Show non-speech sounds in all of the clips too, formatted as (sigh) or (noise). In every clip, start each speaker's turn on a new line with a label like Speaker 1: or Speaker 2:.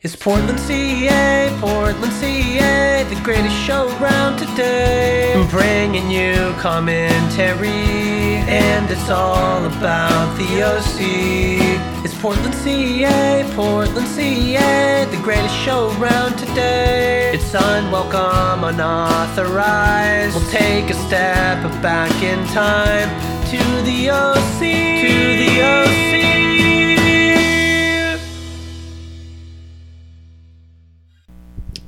Speaker 1: It's Portland CA, Portland CA, the greatest show around today. I'm bringing you commentary, and it's all about the OC. It's Portland CA, Portland CA, the greatest show around today. It's unwelcome, unauthorized. We'll take a step back in time to the OC. To the OC.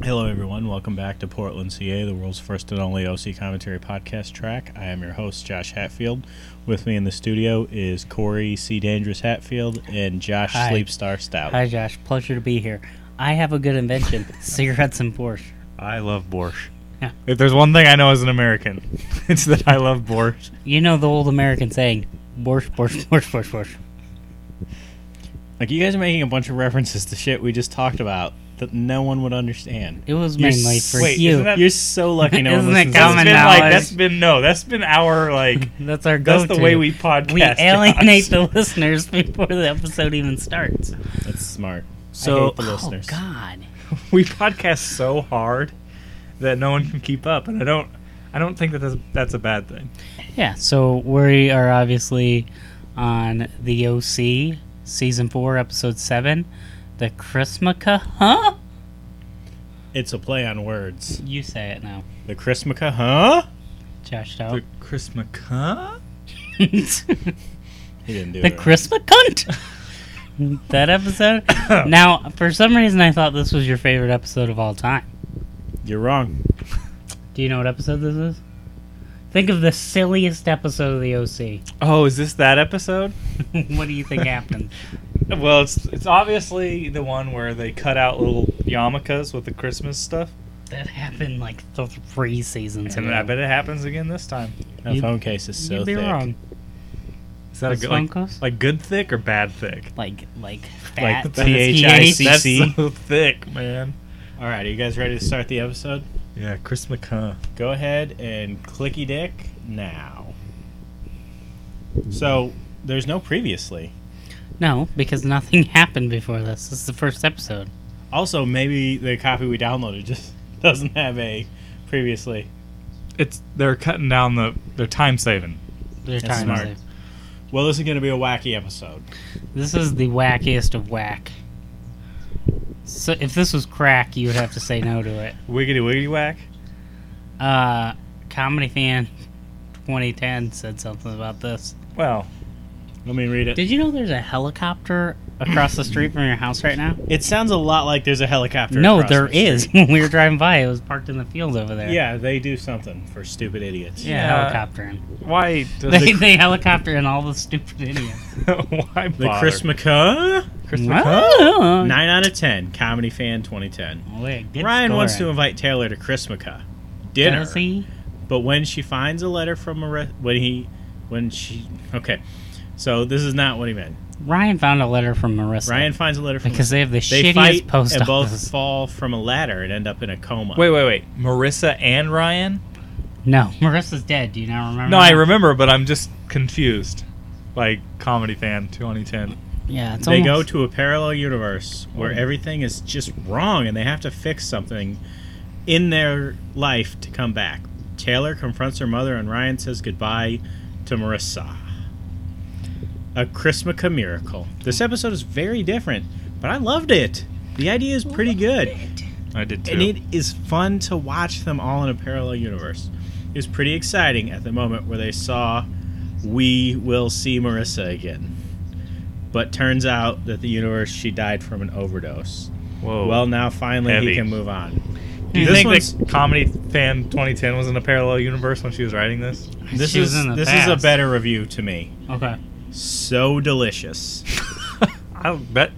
Speaker 2: Hello, everyone. Welcome back to Portland CA, the world's first and only OC commentary podcast track. I am your host, Josh Hatfield. With me in the studio is Corey C. Dangerous Hatfield and Josh
Speaker 3: Hi.
Speaker 2: Sleepstar Stout.
Speaker 3: Hi, Josh. Pleasure to be here. I have a good invention (laughs) cigarettes and Porsche.
Speaker 4: I love borscht.
Speaker 3: Yeah.
Speaker 4: If there's one thing I know as an American, (laughs) it's that I love borscht.
Speaker 3: You know the old American saying, Borscht, Borscht, Borscht, Borscht, Borscht.
Speaker 2: Like, you guys are making a bunch of references to shit we just talked about that no one would understand.
Speaker 3: It was
Speaker 2: You're
Speaker 3: mainly
Speaker 2: s-
Speaker 3: for
Speaker 4: wait,
Speaker 3: you.
Speaker 4: isn't that-
Speaker 2: You're so lucky
Speaker 3: (laughs)
Speaker 2: no one
Speaker 3: Isn't it
Speaker 2: listens
Speaker 3: common
Speaker 2: to
Speaker 4: That's
Speaker 2: this.
Speaker 4: been
Speaker 3: knowledge.
Speaker 4: like that's been no, that's been our (laughs) like
Speaker 3: That's our go
Speaker 4: that's
Speaker 3: to.
Speaker 4: the way (laughs) we podcast.
Speaker 3: We
Speaker 4: Josh.
Speaker 3: alienate the (laughs) listeners before the episode even
Speaker 4: (laughs)
Speaker 3: starts.
Speaker 2: That's smart. I
Speaker 4: So-
Speaker 2: hate the
Speaker 4: Oh,
Speaker 2: listeners.
Speaker 3: Oh, God.
Speaker 4: we podcast so hard that no one can keep up, and I don't I don't think that that's, that's a bad thing.
Speaker 3: Yeah, so we are obviously on the OC, season four, episode seven, the Chrismica, huh?
Speaker 2: It's a play on words.
Speaker 3: You say it now,
Speaker 2: The Chrismica, huh?
Speaker 3: Josh.
Speaker 4: The
Speaker 3: Dow.
Speaker 4: Christmas huh?
Speaker 3: (laughs)
Speaker 2: He didn't do
Speaker 3: the
Speaker 2: it. right.
Speaker 3: Christmas cunt. that
Speaker 2: (coughs)
Speaker 3: episode. now, for some reason, I thought this was your favorite episode of all time.
Speaker 2: You're wrong.
Speaker 3: Do you know what episode this is? Think of the silliest episode of the OC.
Speaker 4: Oh, is this that episode?
Speaker 3: (laughs) what do you think happened?
Speaker 4: Well, it's it's obviously the one where they cut out little yarmulkes with the Christmas stuff,
Speaker 3: That happened like th- three seasons
Speaker 4: and
Speaker 3: ago.
Speaker 4: I bet it happens again this time.
Speaker 2: That
Speaker 3: You-
Speaker 2: phone case is so
Speaker 3: You'd be
Speaker 2: thick.
Speaker 3: wrong.
Speaker 4: Is that
Speaker 3: Those
Speaker 4: a good like,
Speaker 3: Funkos?
Speaker 4: like good thick or bad thick?
Speaker 3: Like, like
Speaker 2: Like
Speaker 3: fat.
Speaker 2: THIC.
Speaker 3: TH.
Speaker 4: That's
Speaker 2: CC.
Speaker 4: so thick, man.
Speaker 2: All right, are you guys ready to start the episode?
Speaker 4: Yeah, Chris McCann.
Speaker 2: Go ahead and clicky dick now. So there's no previously.
Speaker 3: No, because nothing (laughs) happened before this. This is the first episode.
Speaker 2: Also, maybe the copy we downloaded just (laughs) doesn't have a previously.
Speaker 4: It's they're cutting down the they're time saving.
Speaker 3: Their
Speaker 2: That's
Speaker 3: time
Speaker 2: smart.
Speaker 3: save.
Speaker 2: Well, this is going to be a wacky episode.
Speaker 3: This is the wackiest of whack. So if this was crack, you would have to say no to it.
Speaker 4: Wiggity wiggity whack.
Speaker 3: Uh, comedy fan 2010 said something about this.
Speaker 4: Well,
Speaker 2: Let me read it.
Speaker 3: Did you know there's a helicopter across the street from your house right now?
Speaker 2: It sounds a lot like there's a helicopter.
Speaker 3: No,
Speaker 2: across
Speaker 3: there
Speaker 2: the street.
Speaker 3: is. (laughs) When we were driving by, it was parked in the field over there.
Speaker 2: Yeah, they do something for stupid idiots.
Speaker 3: Yeah,
Speaker 4: Yeah.
Speaker 3: helicopter. in.
Speaker 4: why (laughs) does
Speaker 3: They,
Speaker 4: the,
Speaker 3: they helicopter in all the stupid idiots.
Speaker 4: (laughs) why
Speaker 2: The
Speaker 4: bother?
Speaker 2: Chris McCaw,
Speaker 4: Chris McCann?
Speaker 3: Oh,
Speaker 2: nine out of ten, comedy fan, 2010.
Speaker 3: wait, good
Speaker 2: Ryan wants to
Speaker 3: scoring.
Speaker 2: invite Taylor to Chrismica dinner,
Speaker 3: Does he?
Speaker 2: but when she finds a letter from a re- when he when she okay, so this is not what he meant.
Speaker 3: Ryan found a letter from Marissa.
Speaker 2: Ryan finds a letter from
Speaker 3: because they have the
Speaker 2: they
Speaker 3: shittiest
Speaker 2: fight
Speaker 3: post
Speaker 2: and both
Speaker 3: office.
Speaker 2: fall from a ladder and end up in a coma.
Speaker 4: Wait, wait, wait. Marissa and Ryan?
Speaker 3: No, Marissa's dead. Do you not remember?
Speaker 4: No, I
Speaker 3: that?
Speaker 4: remember, but I'm just confused. Like comedy fan 2010.
Speaker 3: Yeah, it's
Speaker 2: they go
Speaker 3: almost- Oh.
Speaker 2: to a parallel universe where everything is just wrong and they have to fix something in their life to come back. Taylor confronts her mother and Ryan says goodbye to Marissa. A Chrismica miracle. This episode is very different, but I loved it. The idea is pretty good.
Speaker 4: I did too.
Speaker 2: And it is fun to watch them all in a parallel universe. It was pretty exciting at the moment where they saw we will see Marissa again. But turns out that the universe she died from an overdose.
Speaker 4: Whoa.
Speaker 2: Well, now finally he
Speaker 4: Oh. Heavy.
Speaker 2: can move on.
Speaker 4: do you
Speaker 2: this
Speaker 4: think
Speaker 2: one's-
Speaker 4: that comedy fan 2010 was in a parallel universe when she was writing this?
Speaker 2: This
Speaker 3: She was
Speaker 2: is
Speaker 3: in the
Speaker 2: this is a
Speaker 3: past.
Speaker 2: better review to me.
Speaker 3: Okay,
Speaker 2: So delicious.
Speaker 4: I bet.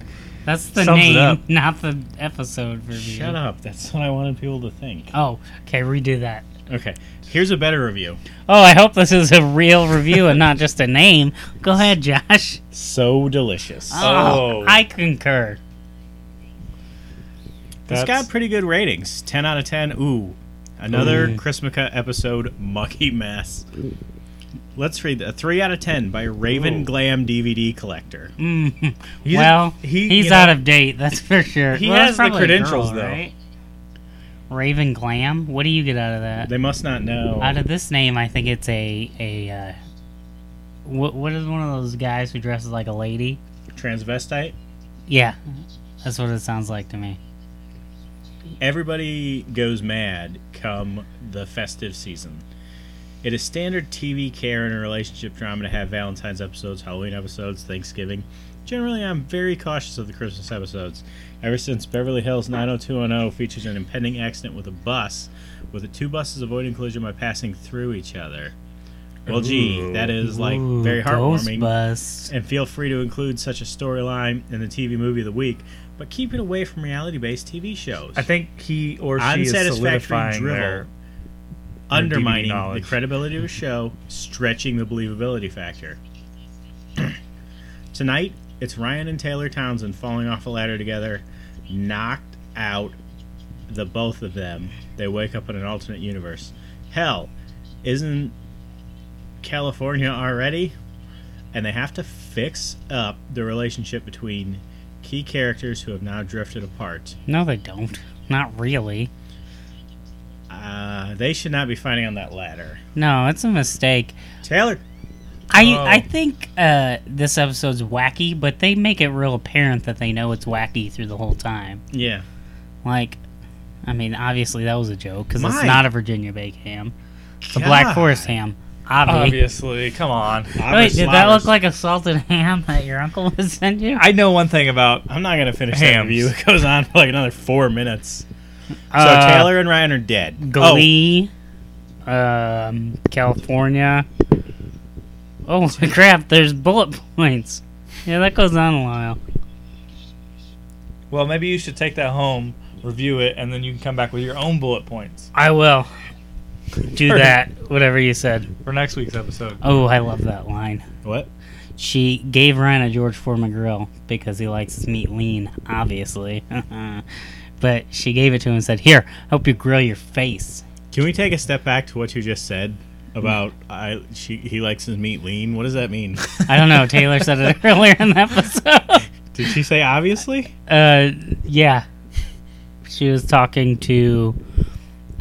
Speaker 3: that's the
Speaker 4: Sums it
Speaker 3: name,
Speaker 4: up.
Speaker 3: not the episode review.
Speaker 2: Shut up. That's what I wanted people to think.
Speaker 3: Oh, okay, redo that.
Speaker 2: Okay. Here's a better review.
Speaker 3: Oh, I hope this is a real review and not just a name. Go ahead, Josh.
Speaker 2: So delicious.
Speaker 4: Oh.
Speaker 3: I concur.
Speaker 2: It's
Speaker 4: That's-
Speaker 2: got pretty good ratings. Ten out of ten. Ooh, another (laughs)
Speaker 3: Ooh.
Speaker 2: Chrismica episode mucky mess. Let's read a three out of ten by Raven
Speaker 4: Ooh.
Speaker 2: Glam DVD collector.
Speaker 3: Mm.
Speaker 4: He's-
Speaker 3: well,
Speaker 4: he-
Speaker 3: he's
Speaker 4: you know-
Speaker 3: out of date. That's for sure.
Speaker 4: He
Speaker 3: Well, that's
Speaker 4: has the
Speaker 3: probably a
Speaker 4: credentials,
Speaker 3: girl,
Speaker 4: though.
Speaker 3: right? Raven Glam. What do you get out of that?
Speaker 2: They must not know.
Speaker 3: Out of this name, I think it's a a. Uh, what what is one of those guys who dresses like a lady?
Speaker 2: Transvestite.
Speaker 3: Yeah, that's what it sounds like to me.
Speaker 2: Everybody goes mad come the festive season. It is standard TV care and relationship drama to have Valentine's episodes, Halloween episodes, Thanksgiving. Generally, I'm very cautious of the Christmas episodes. Ever since Beverly Hills 90210 features an impending accident with a bus, with the two buses avoiding collision by passing through each other. Well, gee, that is like
Speaker 3: Ooh,
Speaker 2: very heartwarming.
Speaker 3: Ghostbust.
Speaker 2: and feel free to include such a storyline in the TV movie of the week, but keep it away from reality-based TV shows.
Speaker 4: I think he or she is
Speaker 2: Unsatisfactory
Speaker 4: solidifying
Speaker 2: drivel,
Speaker 4: their
Speaker 2: undermining
Speaker 4: DVD knowledge.
Speaker 2: the credibility of a show, stretching the believability factor. Tonight, it's Ryan and Taylor Townsend falling off a ladder together, knocked out the both of them. They wake up in an alternate universe. Hell, isn't California already? And they have to fix up the relationship between key characters who have now drifted apart.
Speaker 3: No, they don't. Not really.
Speaker 2: Uh, they should not be fighting on that ladder.
Speaker 3: No, it's a mistake.
Speaker 2: Taylor,
Speaker 3: I
Speaker 4: Oh.
Speaker 3: I think uh, this episode's wacky, but they make it real apparent that they know it's wacky through the whole time.
Speaker 2: yeah.
Speaker 3: Like, I mean, obviously that was a joke because it's
Speaker 2: My-
Speaker 3: not a Virginia baked ham; it's a Black
Speaker 2: God.
Speaker 3: Forest ham. Obvi.
Speaker 4: Obviously, come on.
Speaker 3: Wait, did that look like a salted (laughs) ham that your uncle would send you?
Speaker 4: I know one thing about
Speaker 2: I'm not gonna finish that
Speaker 4: Hams.
Speaker 2: review. (laughs) It goes on for like another four minutes.
Speaker 3: Uh,
Speaker 2: so Taylor and Ryan are dead.
Speaker 3: Glee, um, California. Oh (laughs) crap! There's bullet points. Yeah, that goes on a while.
Speaker 4: Well, maybe you should take that home, review it, and then you can come back with your own bullet points
Speaker 3: I will do
Speaker 4: Perfect.
Speaker 3: that. Whatever you said.
Speaker 4: for next week's episode.
Speaker 3: Oh, I love that line.
Speaker 2: Oh, what?
Speaker 3: She gave Ryan a George Foreman grill because he likes his meat lean, obviously. (laughs) but she gave it to him and said, "Here, help you grill your face."
Speaker 2: Can we take a step back to what you just said about I? She he likes his meat lean. What does that mean?
Speaker 3: (laughs) I don't know. Taylor said it (laughs) earlier in the episode.
Speaker 2: Did she say obviously?
Speaker 3: Uh, yeah, she was talking to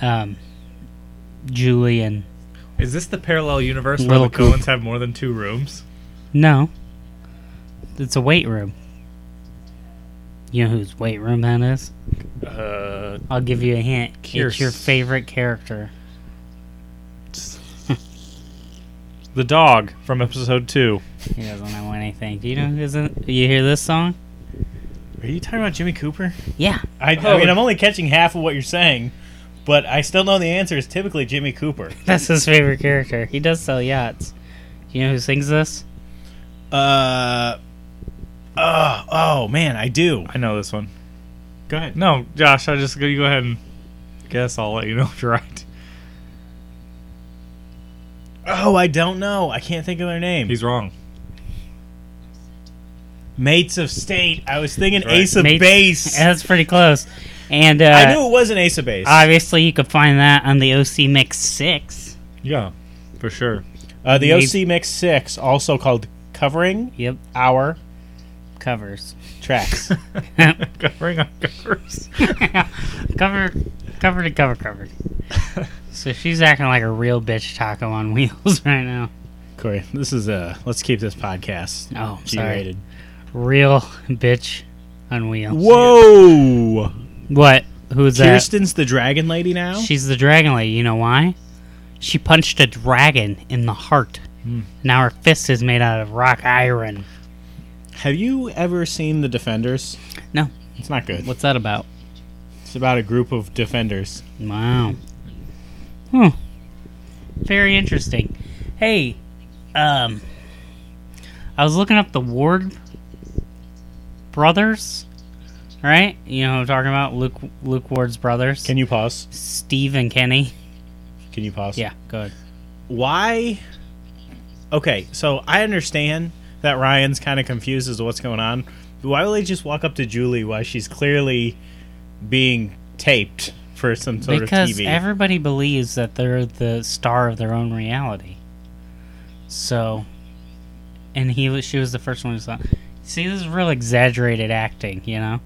Speaker 3: um, Julian.
Speaker 4: Is this the parallel universe where
Speaker 3: Little
Speaker 4: the Coens
Speaker 3: Coop.
Speaker 4: have more than two rooms?
Speaker 3: No, it's a weight room. You know whose weight room that is?
Speaker 4: Uh,
Speaker 3: I'll give you a hint. It's
Speaker 4: Kierce.
Speaker 3: your favorite character.
Speaker 4: the dog from episode two.
Speaker 3: He doesn't know anything. Do you know who doesn't? You hear this song?
Speaker 2: Are you talking about Jimmy Cooper?
Speaker 3: Yeah. (laughs)
Speaker 2: I, I
Speaker 4: Oh.
Speaker 2: mean, I'm only catching half of what you're saying, but I still know the answer is typically Jimmy Cooper.
Speaker 3: That's his favorite character. He does sell yachts. You know who sings this?
Speaker 2: Uh. Oh, oh man, I do.
Speaker 4: I know this one.
Speaker 2: Go ahead.
Speaker 4: No, Josh, I just go. You go ahead and guess. I'll let you know (laughs) if you're right.
Speaker 2: Oh, I don't know. I can't think of their name.
Speaker 4: He's wrong.
Speaker 2: Mates of State. I was thinking
Speaker 4: Right.
Speaker 2: Ace of
Speaker 3: Mates-
Speaker 2: Base.
Speaker 3: Yeah, (laughs) that's pretty close. And uh,
Speaker 2: I knew it wasn't Ace of Base.
Speaker 3: obviously you could find that on the OC Mix 6.
Speaker 4: Yeah, for (laughs) sure.
Speaker 2: uh, the
Speaker 3: maybe-
Speaker 2: OC Mix 6, also called Covering
Speaker 3: Yep,
Speaker 2: Our
Speaker 3: (laughs) covers.
Speaker 2: Tracks.
Speaker 4: Covering on covers.
Speaker 3: cover, cover to cover, cover. so she's acting like a real bitch taco on wheels (laughs) right now.
Speaker 2: (laughs) Corey, this is, uh, let's keep this podcast
Speaker 3: Oh, I'm sorry.
Speaker 2: G-rated.
Speaker 3: Real bitch on wheels.
Speaker 2: Whoa!
Speaker 3: What? Who's that?
Speaker 2: Kirsten's the dragon lady now?
Speaker 3: She's the dragon lady. You know why? She punched a dragon in the heart. Now her fist is made out of rock iron.
Speaker 2: Have you ever seen The Defenders?
Speaker 3: No.
Speaker 2: It's not good.
Speaker 3: What's that about?
Speaker 2: It's about a group of defenders.
Speaker 3: Wow. Hmm. Very interesting. Hey, um, I was looking up the Ward brothers, right? You know, what I'm talking about Luke Luke Ward's brothers,
Speaker 2: Can you pause?
Speaker 3: Steve and Kenny.
Speaker 2: Can you pause?
Speaker 3: Yeah, go ahead.
Speaker 2: why okay so i understand that ryan's kind of confused as to what's going on but why would they just walk up to julie while she's clearly being taped for some sort
Speaker 3: because
Speaker 2: of tv
Speaker 3: everybody believes that they're the star of their own reality. So, and he was she was the first one who saw. See, this is real exaggerated acting, you know.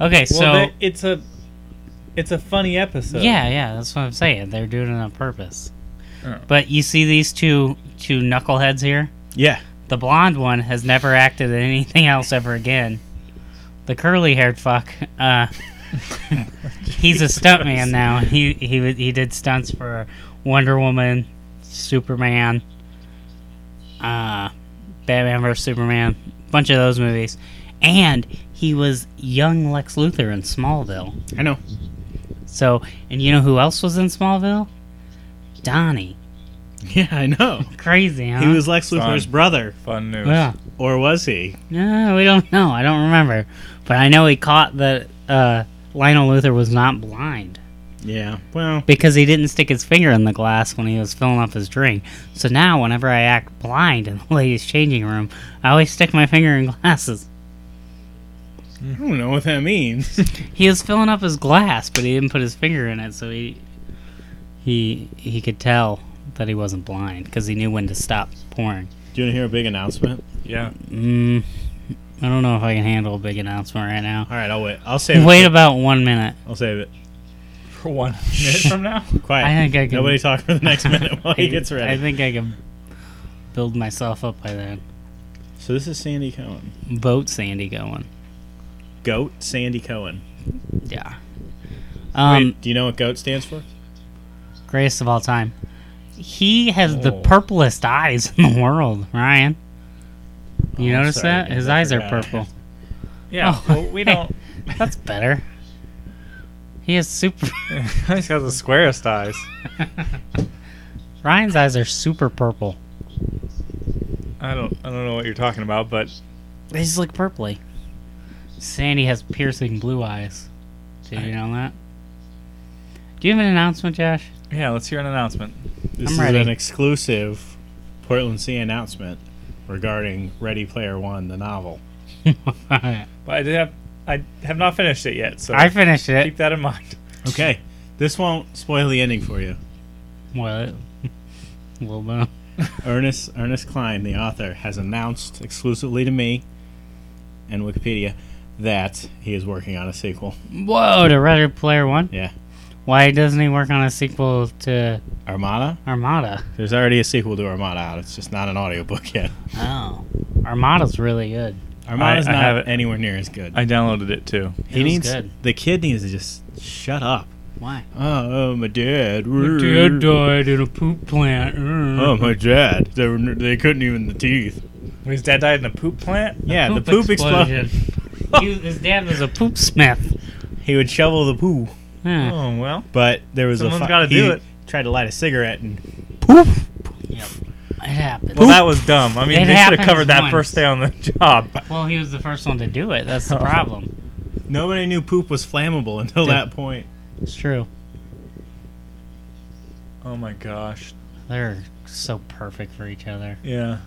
Speaker 3: Okay,
Speaker 4: Well,
Speaker 3: so
Speaker 4: they- it's a it's a funny episode.
Speaker 3: yeah, yeah, that's what I'm saying. They're doing it on purpose.
Speaker 2: Oh.
Speaker 3: But you see these two two knuckleheads here.
Speaker 2: Yeah.
Speaker 3: The blonde one has never acted in anything else ever again. The curly-haired fuck, uh, (laughs) he's a stuntman now. He he wa- he did stunts for Wonder Woman, Superman, uh, Batman vs Superman, bunch of those movies, and he was young Lex Luthor in Smallville.
Speaker 2: I know.
Speaker 3: So, and you know who else was in Smallville? Donnie.
Speaker 2: Yeah, I know. (laughs)
Speaker 3: Crazy, huh?
Speaker 2: He was Lex Luthor's
Speaker 4: Fine.
Speaker 2: brother,
Speaker 4: Fun news.
Speaker 3: Yeah.
Speaker 2: or was he?
Speaker 3: No, we don't know. I don't remember. But I know he caught that uh, Lionel Luther was not blind
Speaker 2: Yeah. Well,
Speaker 3: because he didn't stick his finger in the glass when he was filling up his drink. So now, whenever I act blind in the (laughs) ladies' changing room, I always stick my finger in glasses.
Speaker 2: I don't know what that (laughs) means.
Speaker 3: He was filling up his glass, but he didn't put his finger in it, so he he he could tell that he wasn't blind because he knew when to stop pouring.
Speaker 2: Do you want to hear a big announcement?
Speaker 4: Yeah.
Speaker 3: Mm, I don't know if I can handle a big announcement right now.
Speaker 2: All right, I'll wait. I'll save
Speaker 3: Wait
Speaker 2: it.
Speaker 3: about one minute.
Speaker 2: I'll save it.
Speaker 4: For one (laughs) minute from now.
Speaker 2: Quiet.
Speaker 3: I think (laughs) I can-
Speaker 2: Nobody talk for the next minute (laughs) while he gets ready.
Speaker 3: I think I can build myself up by then.
Speaker 2: so this is Sandy Cohen.
Speaker 3: Boat Sandy going.
Speaker 2: Goat Sandy Cohen.
Speaker 3: Yeah. Um,
Speaker 2: Wait, do you know what goat stands for?
Speaker 3: greatest of all time. He has the
Speaker 4: Oh.
Speaker 3: purplest eyes in the world, Ryan. You
Speaker 2: Oh, I'm
Speaker 3: notice
Speaker 2: sorry,
Speaker 3: that?
Speaker 2: dude,
Speaker 3: His
Speaker 2: I
Speaker 3: eyes are
Speaker 2: forgot.
Speaker 3: purple.
Speaker 4: Yeah.
Speaker 3: Oh.
Speaker 4: Well, we (laughs) don't.
Speaker 3: That's better. He has super. (laughs)
Speaker 4: He's got the squarest eyes.
Speaker 3: Ryan's eyes are super purple.
Speaker 4: I don't. I don't know what you're talking about, but
Speaker 3: They just look purpley. Sandy has piercing blue eyes. Did you know that? Do you have an announcement, Josh?
Speaker 4: yeah. Let's hear an announcement.
Speaker 2: This
Speaker 3: I'm
Speaker 2: is
Speaker 3: ready.
Speaker 2: an exclusive Portland Sea announcement regarding Ready Player One, the novel.
Speaker 4: But I did have. I have not finished it yet, so
Speaker 3: I finished it.
Speaker 4: keep that in mind. (laughs)
Speaker 2: Okay. This won't spoil the ending for you.
Speaker 3: What? (laughs) A little bit.
Speaker 2: Ernest Ernest Klein, the author, has announced exclusively to me and Wikipedia that he is working on a sequel.
Speaker 3: Whoa, to Ready Player One?
Speaker 2: Yeah.
Speaker 3: Why doesn't he work on a sequel to
Speaker 2: Armada?
Speaker 3: Armada?
Speaker 2: There's already a sequel to Armada out. It's just not an audiobook (laughs) yet.
Speaker 3: Oh. Armada's really good.
Speaker 2: Armada's
Speaker 4: I
Speaker 2: not
Speaker 4: have it.
Speaker 2: anywhere near as good.
Speaker 4: I downloaded it too.
Speaker 2: he
Speaker 3: It was
Speaker 2: needs
Speaker 3: good.
Speaker 2: the kid needs to just shut up.
Speaker 3: Why?
Speaker 2: Oh, oh, my dad.
Speaker 3: died in a poop plant. Uh,
Speaker 2: Oh my dad. They, were, they couldn't even the teeth.
Speaker 4: His dad died in a poop plant.
Speaker 2: Yeah, the poop explosion.
Speaker 3: he, his dad was a poop smith.
Speaker 2: He would shovel the poo.
Speaker 3: Huh.
Speaker 4: Oh well.
Speaker 2: But there was
Speaker 4: Someone's
Speaker 2: a
Speaker 4: gotta
Speaker 2: he
Speaker 4: do it.
Speaker 2: Tried to light a cigarette and
Speaker 3: Yep. It happened.
Speaker 4: Well, that was dumb. I mean,
Speaker 3: It
Speaker 4: they should
Speaker 3: happens
Speaker 4: have covered that
Speaker 3: once.
Speaker 4: first day on the (laughs) job.
Speaker 3: Well, he was the first one to do it. That's the problem.
Speaker 2: nobody knew poop was flammable until that point.
Speaker 3: It's true.
Speaker 4: Oh my gosh.
Speaker 3: They're so perfect for each other.
Speaker 4: Yeah.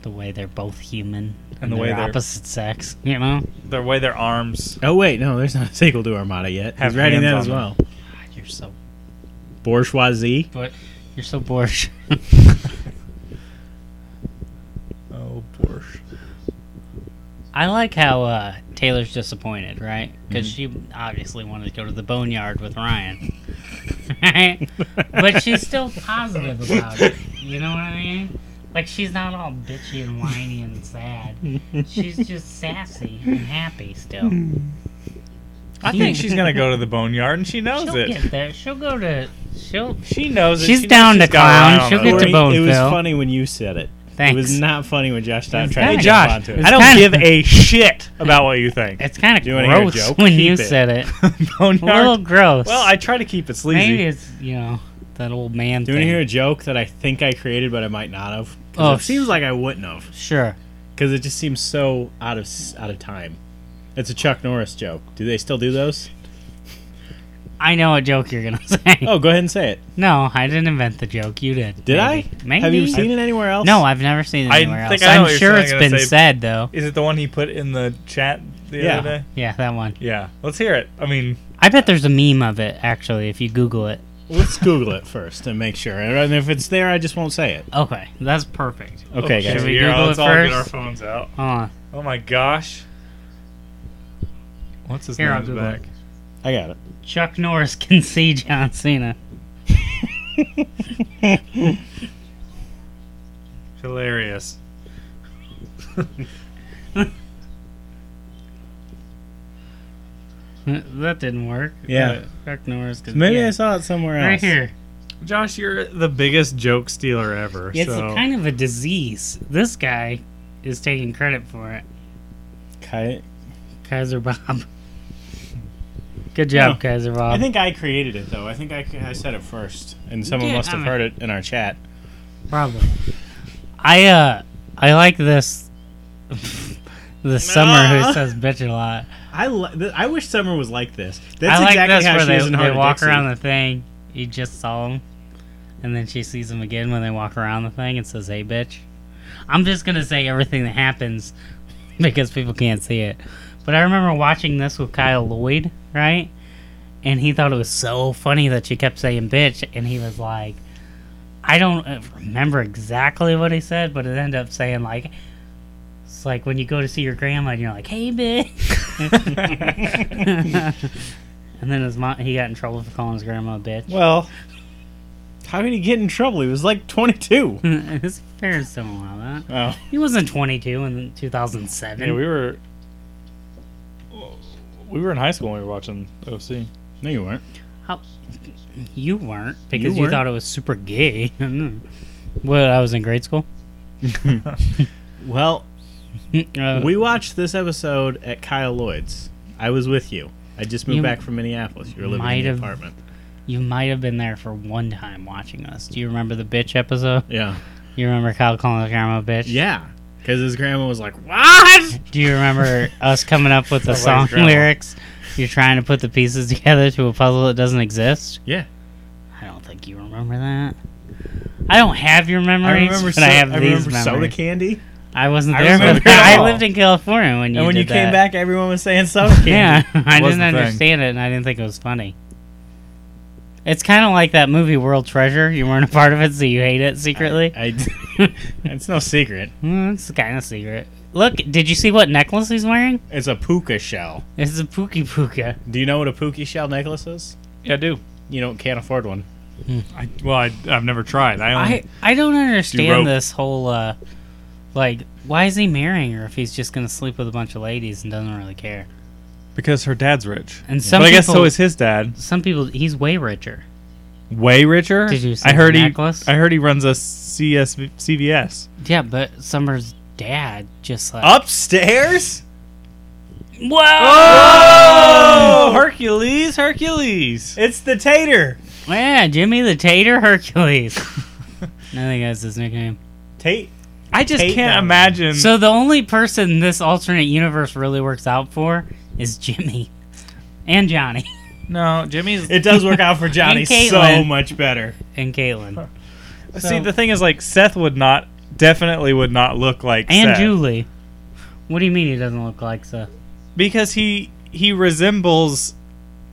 Speaker 3: The way they're both human and,
Speaker 4: the way
Speaker 3: they're
Speaker 4: they're-
Speaker 3: opposite sex, you know?
Speaker 4: The way their arms.
Speaker 2: Oh wait, no, there's not a sequel to Armada yet.
Speaker 4: Have
Speaker 2: He's writing
Speaker 4: hands
Speaker 2: that
Speaker 4: on
Speaker 2: as well.
Speaker 4: them.
Speaker 3: God, you're so
Speaker 2: Bourgeoisie. (laughs)
Speaker 3: But you're so bored. (laughs)
Speaker 4: Oh, Porsche.
Speaker 3: I like how uh, Taylor's disappointed, right?
Speaker 2: Mm-hmm.
Speaker 3: Because she obviously wanted to go to the boneyard with Ryan, (laughs) right? but she's still positive about it. You know what I mean? Like she's not all bitchy and whiny and sad. She's just sassy and happy still.
Speaker 4: I think she's gonna go
Speaker 3: (laughs)
Speaker 4: to the boneyard, and she knows
Speaker 3: She'll
Speaker 4: it.
Speaker 3: get there. She'll go to. She'll.
Speaker 4: She knows it.
Speaker 3: She's
Speaker 4: She knows
Speaker 3: down to
Speaker 4: got her eye
Speaker 3: clown.
Speaker 4: on
Speaker 3: She'll
Speaker 4: the
Speaker 3: get to
Speaker 4: road.
Speaker 3: bo- bone,
Speaker 2: it was
Speaker 3: Phil.
Speaker 2: funny when you said it. It was
Speaker 3: Thanks.
Speaker 2: not funny when Josh Stott
Speaker 3: It's
Speaker 2: tried
Speaker 3: not.
Speaker 2: to
Speaker 3: Josh,
Speaker 2: jump onto
Speaker 3: it's
Speaker 2: it.
Speaker 4: I don't
Speaker 3: kinda- (laughs)
Speaker 4: give a shit about what you think.
Speaker 3: It's kind of
Speaker 2: Do you wanna hear a
Speaker 3: gross
Speaker 2: joke?
Speaker 3: when
Speaker 2: Keep
Speaker 3: you
Speaker 2: it.
Speaker 3: said it.
Speaker 2: (laughs)
Speaker 3: A
Speaker 4: (laughs) boneyard.
Speaker 3: little gross.
Speaker 4: well, I try to keep it sleazy.
Speaker 3: maybe it's you know that old man
Speaker 2: Do you
Speaker 3: thing.
Speaker 2: want to hear a joke that I think I created but I might not have? 'Cause
Speaker 3: Oh,
Speaker 2: it seems
Speaker 3: sh-
Speaker 2: like I wouldn't have
Speaker 3: sure.
Speaker 2: because it just seems so out of s- out of time. It's a Chuck Norris joke. Do they still do those?
Speaker 3: I know what joke you're gonna (laughs) say.
Speaker 2: Oh, go ahead and say it.
Speaker 3: No, I didn't invent the joke. You did.
Speaker 2: Did
Speaker 3: Maybe.
Speaker 2: I?
Speaker 3: Maybe.
Speaker 2: Have you seen it anywhere else?
Speaker 3: No, I've never seen it
Speaker 4: I
Speaker 3: anywhere
Speaker 4: think
Speaker 3: else.
Speaker 4: I know what
Speaker 3: I'm
Speaker 4: you're
Speaker 3: sure
Speaker 4: saying.
Speaker 3: it's
Speaker 4: I'm gonna
Speaker 3: been
Speaker 4: say-
Speaker 3: said though.
Speaker 4: Is it the one he put in the chat the
Speaker 2: Yeah.
Speaker 4: other day?
Speaker 3: Yeah, that one.
Speaker 4: Yeah. Let's hear it. I mean,
Speaker 3: I bet there's a meme of it actually if you Google it.
Speaker 2: Let's Google it first and make sure. And if it's there, I just won't say it.
Speaker 3: Okay, that's perfect.
Speaker 2: Okay,
Speaker 4: Okay,
Speaker 2: guys.
Speaker 3: Should we
Speaker 4: here,
Speaker 3: Google
Speaker 4: let's
Speaker 3: it
Speaker 4: all
Speaker 3: first?
Speaker 4: get our phones out.
Speaker 3: Hold on.
Speaker 4: Oh my gosh. What's his
Speaker 3: Here, I'll
Speaker 4: name
Speaker 3: Google
Speaker 4: back?
Speaker 3: it.
Speaker 2: I got it.
Speaker 3: Chuck Norris (laughs) can see John Cena. (laughs)
Speaker 4: Hilarious.
Speaker 3: That didn't work.
Speaker 2: Yeah.
Speaker 3: Uh, Chuck Norris can.
Speaker 2: Maybe
Speaker 3: yeah.
Speaker 2: I saw it somewhere else.
Speaker 3: right here.
Speaker 4: Josh, you're the biggest joke stealer ever.
Speaker 3: It's
Speaker 4: so.
Speaker 3: a kind of a disease. This guy is taking credit for it.
Speaker 2: Ki-
Speaker 3: Kaiser Bob. (laughs) Good job,
Speaker 2: Huh.
Speaker 3: Kaiser Bob.
Speaker 2: I think I created it though. I think I, I said it first, and someone
Speaker 3: did,
Speaker 2: must have
Speaker 3: I
Speaker 2: heard it in our chat.
Speaker 3: Probably. I uh I like this (laughs) the summer who says bitch a lot.
Speaker 2: I li- th- I wish summer was like this.
Speaker 3: I
Speaker 2: That's
Speaker 3: like
Speaker 2: exactly
Speaker 3: this
Speaker 2: how
Speaker 3: where
Speaker 2: she is in
Speaker 3: they,
Speaker 2: Heart
Speaker 3: they
Speaker 2: of
Speaker 3: walk
Speaker 2: Dixie.
Speaker 3: around the thing. You just saw them, and then she sees them again when they walk around the thing and says, "Hey, bitch." I'm just gonna say everything that happens (laughs) because people can't see it. But I remember watching this with Kyle Lloyd, right? And he thought it was so funny that she kept saying "bitch," and he was like, "I don't uh, remember exactly what he said, but it ended up saying like." It's like when you go to see your grandma and you're like, "Hey,
Speaker 2: (laughs)
Speaker 3: (laughs) bitch." And then his mom, he got in trouble for calling his grandma a bitch.
Speaker 2: Well, how did he get in trouble? He was like 22. (laughs)
Speaker 3: Mm, his parents don't allow that.
Speaker 2: oh,
Speaker 3: He wasn't 22 in 2007.
Speaker 4: Yeah, we were. We were in high school when we were watching OC.
Speaker 2: no, you weren't.
Speaker 3: How- you weren't because you,
Speaker 2: weren't.
Speaker 3: thought it was super gay. (laughs) well, I was in grade school.
Speaker 2: Well,
Speaker 3: Uh,
Speaker 2: we watched this episode at Kyle Lloyd's. I was with you. I just moved
Speaker 3: You
Speaker 2: back from Minneapolis. You were living
Speaker 3: might
Speaker 2: in the
Speaker 3: have-
Speaker 2: apartment.
Speaker 3: you might have been there for one time watching us. Do you remember the bitch episode?
Speaker 2: Yeah.
Speaker 3: You remember Kyle calling his grandma a bitch?
Speaker 2: Yeah. Because his grandma was like, What?
Speaker 3: Do you
Speaker 4: (laughs)
Speaker 3: remember us coming up with the
Speaker 4: Nobody's
Speaker 3: song
Speaker 4: grandma.
Speaker 3: lyrics? You're trying to put the pieces together to a puzzle that doesn't exist?
Speaker 2: Yeah.
Speaker 3: I don't think you remember that. I don't have your
Speaker 2: I
Speaker 3: memories,
Speaker 2: remember,
Speaker 3: but
Speaker 2: so-
Speaker 3: I have these
Speaker 2: remember soda
Speaker 3: memories.
Speaker 2: candy.
Speaker 3: I wasn't
Speaker 4: I
Speaker 3: there,
Speaker 4: remember
Speaker 3: but
Speaker 4: it
Speaker 3: I
Speaker 4: all.
Speaker 3: lived in California when you
Speaker 2: and when
Speaker 3: did
Speaker 2: you came
Speaker 3: that.
Speaker 2: back, everyone was saying soda candy.
Speaker 3: (laughs) yeah, I
Speaker 4: was
Speaker 3: didn't
Speaker 4: the thing.
Speaker 3: understand it, and I didn't think it was funny. It's kind of like that movie World Treasure. You weren't a part of it, so you hate it secretly.
Speaker 2: I, (laughs) it's no secret.
Speaker 3: Mm, it's kind of secret. Look, did you see what necklace he's wearing?
Speaker 2: It's a puka shell.
Speaker 3: It's a pookie pooka.
Speaker 2: Do you know what a puka shell necklace is?
Speaker 4: Yeah, I do.
Speaker 2: You don't can't afford one.
Speaker 4: I, well, I, I've never tried. I only
Speaker 3: I I don't
Speaker 4: Do rope.
Speaker 3: understand this whole uh like why is he marrying her if he's just gonna sleep with a bunch of ladies and doesn't really care?
Speaker 4: because her dad's rich.
Speaker 3: And some
Speaker 4: but I
Speaker 3: people,
Speaker 4: guess so is his dad.
Speaker 3: some people he's way richer.
Speaker 4: Way richer.
Speaker 3: Did you see
Speaker 4: I heard
Speaker 3: the
Speaker 4: he.
Speaker 3: necklace?
Speaker 4: I heard he runs a CS CVS.
Speaker 3: Yeah, but Summer's dad just like
Speaker 2: Upstairs?
Speaker 3: Uh, Whoa!
Speaker 2: Oh!
Speaker 4: Hercules! Hercules!
Speaker 2: It's the tater.
Speaker 3: Yeah, Jimmy the Tater Hercules. I think that's his nickname.
Speaker 2: Tate.
Speaker 4: I just
Speaker 2: Hate
Speaker 4: can't
Speaker 2: that one.
Speaker 4: imagine.
Speaker 3: So the only person this alternate universe really works out for is Jimmy. And Johnny.
Speaker 4: no, Jimmy's.
Speaker 2: It does work
Speaker 4: (laughs)
Speaker 2: out for Johnny
Speaker 3: And
Speaker 2: so
Speaker 3: Caitlin.
Speaker 2: much better.
Speaker 3: And Caitlin.
Speaker 4: See,
Speaker 3: So-
Speaker 4: the thing is, like, Seth would not definitely would not look like
Speaker 3: And
Speaker 4: Seth
Speaker 3: Julie. What do you mean he doesn't look like Seth?
Speaker 4: because he he resembles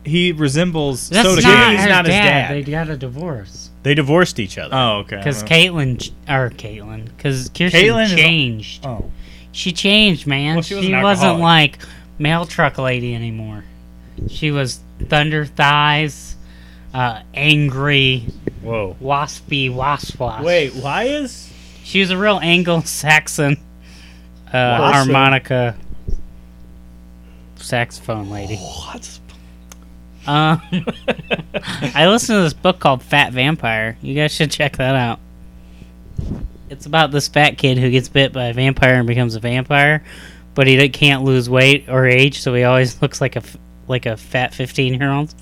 Speaker 4: he resembles
Speaker 3: That's
Speaker 4: soda
Speaker 3: not,
Speaker 2: Jimmy.
Speaker 4: candy.
Speaker 2: He's
Speaker 3: her
Speaker 2: not his
Speaker 3: dad.
Speaker 2: dad.
Speaker 3: They got a divorce
Speaker 2: They divorced each other.
Speaker 4: Oh, okay.
Speaker 3: because
Speaker 4: Well,
Speaker 3: Caitlyn or Caitlyn because Kirsten
Speaker 4: Caitlyn is-
Speaker 3: changed.
Speaker 4: oh.
Speaker 3: She changed, man.
Speaker 4: Well,
Speaker 3: she
Speaker 4: she was an
Speaker 3: was not
Speaker 4: alcoholic.
Speaker 3: like mail truck lady anymore. She was thunder thighs, uh, angry,
Speaker 2: Whoa.
Speaker 3: waspy, wasp wasp.
Speaker 2: Wait, why is
Speaker 3: she was a real Anglo-Saxon uh,
Speaker 2: Wasp.
Speaker 3: harmonica saxophone lady.
Speaker 4: What?
Speaker 3: Um, (laughs) I listened to this book called Fat Vampire. You guys should check that out. It's about this fat kid who gets bit by a vampire and becomes a vampire, but he d- can't lose weight or age, so he always (laughs) looks like a f- like a fat fifteen year
Speaker 4: (laughs)
Speaker 3: old.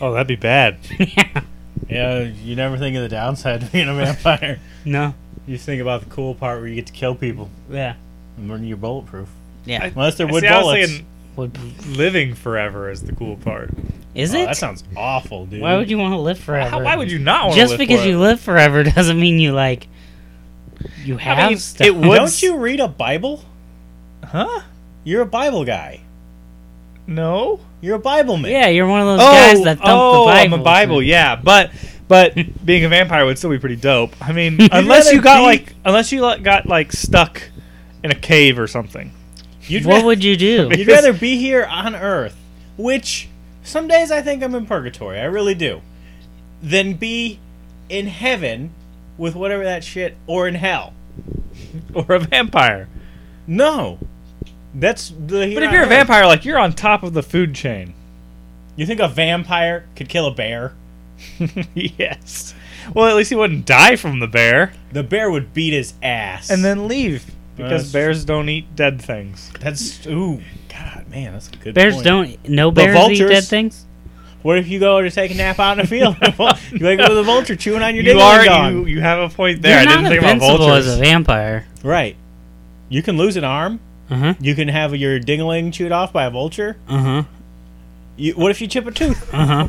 Speaker 4: Oh, that'd be bad.
Speaker 3: yeah.
Speaker 2: Yeah, you never think of the downside of being a vampire.
Speaker 3: No.
Speaker 2: you think about the cool part where you get to kill people
Speaker 3: Yeah.
Speaker 2: and when you're bulletproof.
Speaker 3: Yeah.
Speaker 2: Unless they're wood
Speaker 4: See, I was
Speaker 2: bullets.
Speaker 4: thinking
Speaker 3: Would-
Speaker 4: living forever is the cool part.
Speaker 3: is
Speaker 2: Oh,
Speaker 3: it?
Speaker 2: that sounds awful, dude.
Speaker 3: Why would you want to live forever?
Speaker 4: How, why would you not want
Speaker 3: Just
Speaker 4: to live
Speaker 3: because you
Speaker 4: forever?
Speaker 3: live forever (laughs) doesn't mean you like you have
Speaker 4: mean,
Speaker 3: stuff. (laughs)
Speaker 4: it would-
Speaker 2: Don't you read a Bible?
Speaker 4: Huh?
Speaker 2: You're a Bible guy.
Speaker 4: No.
Speaker 2: You're a Bible man.
Speaker 3: Yeah, you're one of those
Speaker 4: oh,
Speaker 3: guys that dump
Speaker 4: oh,
Speaker 3: the Bible.
Speaker 4: I'm a Bible, yeah. But but (laughs) being a vampire would still be pretty dope. I mean, unless you got
Speaker 2: be-
Speaker 4: like unless you like, got like stuck in a cave or something. (laughs)
Speaker 2: You'd
Speaker 3: What
Speaker 2: ra-
Speaker 3: would you do?
Speaker 2: You'd rather be here on Earth, which some days I think I'm in purgatory. I really do. Than be in heaven with whatever that shit, or in hell.
Speaker 4: Or a vampire.
Speaker 2: No, that's the.
Speaker 4: But if you're a vampire, like you're on top of the food chain. (laughs)
Speaker 2: you think a vampire could kill a bear?
Speaker 4: yes. Well, at least he wouldn't die from the bear
Speaker 2: The bear would beat his ass.
Speaker 4: and then leave because
Speaker 2: That's-
Speaker 4: bears don't eat dead things.
Speaker 2: that's ooh, God, man, that's a good.
Speaker 3: bears
Speaker 2: point.
Speaker 3: don't. No bears eat
Speaker 2: vultures-
Speaker 3: dead things.
Speaker 2: What if you go to take a nap out in the
Speaker 3: (laughs)
Speaker 2: field? (laughs) you like with a vulture chewing on your
Speaker 4: You
Speaker 2: diddly
Speaker 4: are
Speaker 2: dong.
Speaker 4: you, you have a point there.
Speaker 3: you're
Speaker 4: I
Speaker 3: not
Speaker 4: didn't think about
Speaker 3: invincible
Speaker 4: vultures.
Speaker 3: as a vampire.
Speaker 2: Right. You can lose an arm.
Speaker 3: Uh
Speaker 4: Uh-huh,
Speaker 3: huh.
Speaker 2: You can have your dingling chewed off by a vulture.
Speaker 3: Uh huh.
Speaker 2: You, what if you chip a tooth?
Speaker 3: (laughs) Uh
Speaker 4: uh-huh.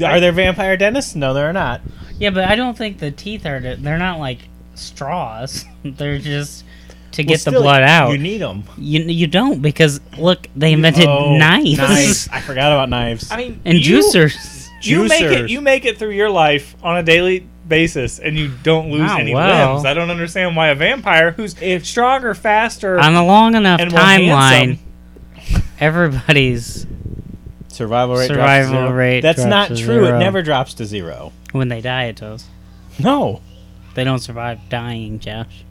Speaker 3: huh.
Speaker 2: Are there vampire dentists? No, there are not.
Speaker 3: Yeah, but I don't think the teeth are. To, they're not like straws. (laughs) they're just to
Speaker 2: Well,
Speaker 3: get the
Speaker 2: still,
Speaker 3: blood out.
Speaker 2: You
Speaker 3: You,
Speaker 2: need them.
Speaker 3: you don't because look, they invented knives, (laughs)
Speaker 2: I forgot about knives.
Speaker 4: I mean,
Speaker 3: and
Speaker 4: oh, you-
Speaker 3: juicers.
Speaker 4: You make it.
Speaker 2: Juicers.
Speaker 4: You make it through your life on a daily basis, and you don't lose
Speaker 3: Oh,
Speaker 4: any
Speaker 3: wow.
Speaker 4: limbs. I don't understand why a vampire who's stronger, faster,
Speaker 3: On a long enough
Speaker 4: and more
Speaker 3: timeline,
Speaker 4: handsome-
Speaker 3: everybody's
Speaker 2: survival rate. drops
Speaker 3: Survival
Speaker 2: to zero.
Speaker 3: rate
Speaker 2: That's
Speaker 3: drops
Speaker 2: not
Speaker 3: to
Speaker 2: true.
Speaker 3: zero.
Speaker 2: It never drops to zero.
Speaker 3: when they die. It does.
Speaker 2: No.
Speaker 3: They don't survive dying, Josh.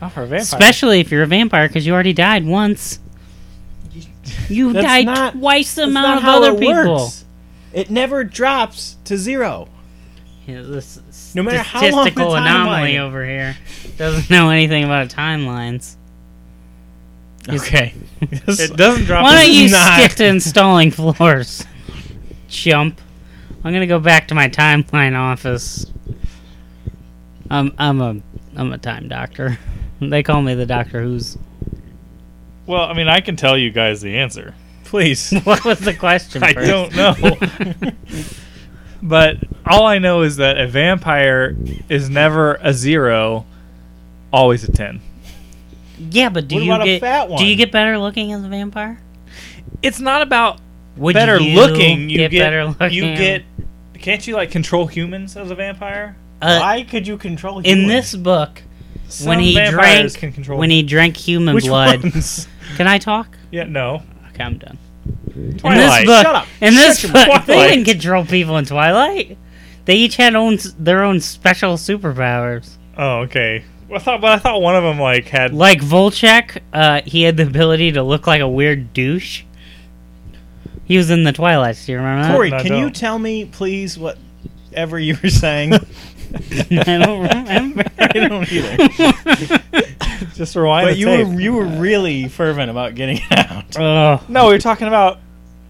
Speaker 4: not Oh, for a vampire.
Speaker 3: Especially if you're a vampire, because you already died once. You
Speaker 2: That's
Speaker 3: died
Speaker 2: not-
Speaker 3: twice the
Speaker 2: That's
Speaker 3: amount
Speaker 2: not
Speaker 3: of
Speaker 2: how
Speaker 3: other
Speaker 2: it
Speaker 3: people.
Speaker 2: works. It never drops to zero.
Speaker 3: Yeah, this
Speaker 2: No matter how long the
Speaker 3: statistical
Speaker 2: timeline-
Speaker 3: anomaly over here doesn't know anything about timelines.
Speaker 2: Okay. (laughs)
Speaker 4: it doesn't drop.
Speaker 3: Why don't you
Speaker 2: not-
Speaker 3: skip to installing floors? Chump. I'm gonna go back to my timeline office. I'm I'm a I'm a time doctor. (laughs) They call me the Doctor Who's. (laughs)
Speaker 4: well, I mean, I can tell you guys the answer.
Speaker 2: (laughs) Please.
Speaker 3: What was the question?
Speaker 4: I
Speaker 3: first?
Speaker 4: don't (laughs) know. but all I know is that a vampire is never a zero, always a ten.
Speaker 3: (laughs) Yeah, but do
Speaker 2: What
Speaker 3: you
Speaker 2: about a
Speaker 3: get
Speaker 2: fat
Speaker 3: do you
Speaker 2: one?
Speaker 3: get better looking as a vampire?
Speaker 4: It's not about
Speaker 3: Would
Speaker 4: better
Speaker 3: you
Speaker 4: looking. You
Speaker 3: get, better looking.
Speaker 4: You get. Can't you like control humans as a vampire?
Speaker 3: uh,
Speaker 2: Why could you control
Speaker 3: in
Speaker 2: humans?
Speaker 3: this book when
Speaker 4: Some
Speaker 3: he drank
Speaker 4: vampires can control (laughs)
Speaker 3: when he drank human
Speaker 2: Which
Speaker 3: blood.
Speaker 2: ones?
Speaker 3: Can I talk?
Speaker 4: Yeah, no.
Speaker 3: Okay, I'm done. In this
Speaker 4: Twilight.
Speaker 3: book,
Speaker 2: Shut up.
Speaker 3: in this
Speaker 2: Shut your
Speaker 3: book, they
Speaker 4: Twilight.
Speaker 3: didn't control people in Twilight. They each had own their own special superpowers.
Speaker 4: Oh, okay. Well, I thought, but I thought one of them like had.
Speaker 3: Like Volchek, uh, he had the ability to look like a weird douche. He was in the Twilight. Do you remember? that?
Speaker 2: Corey, (laughs)
Speaker 4: No, I
Speaker 2: can you
Speaker 4: don't.
Speaker 2: tell me, please, whatever you were (laughs) saying?
Speaker 3: (laughs) I don't remember.
Speaker 2: I don't either.
Speaker 3: (laughs)
Speaker 4: Just rewind
Speaker 2: But
Speaker 4: the
Speaker 2: you
Speaker 4: tape.
Speaker 2: were you were really fervent about getting (laughs) it out.
Speaker 3: Oh,
Speaker 4: no, we were talking about.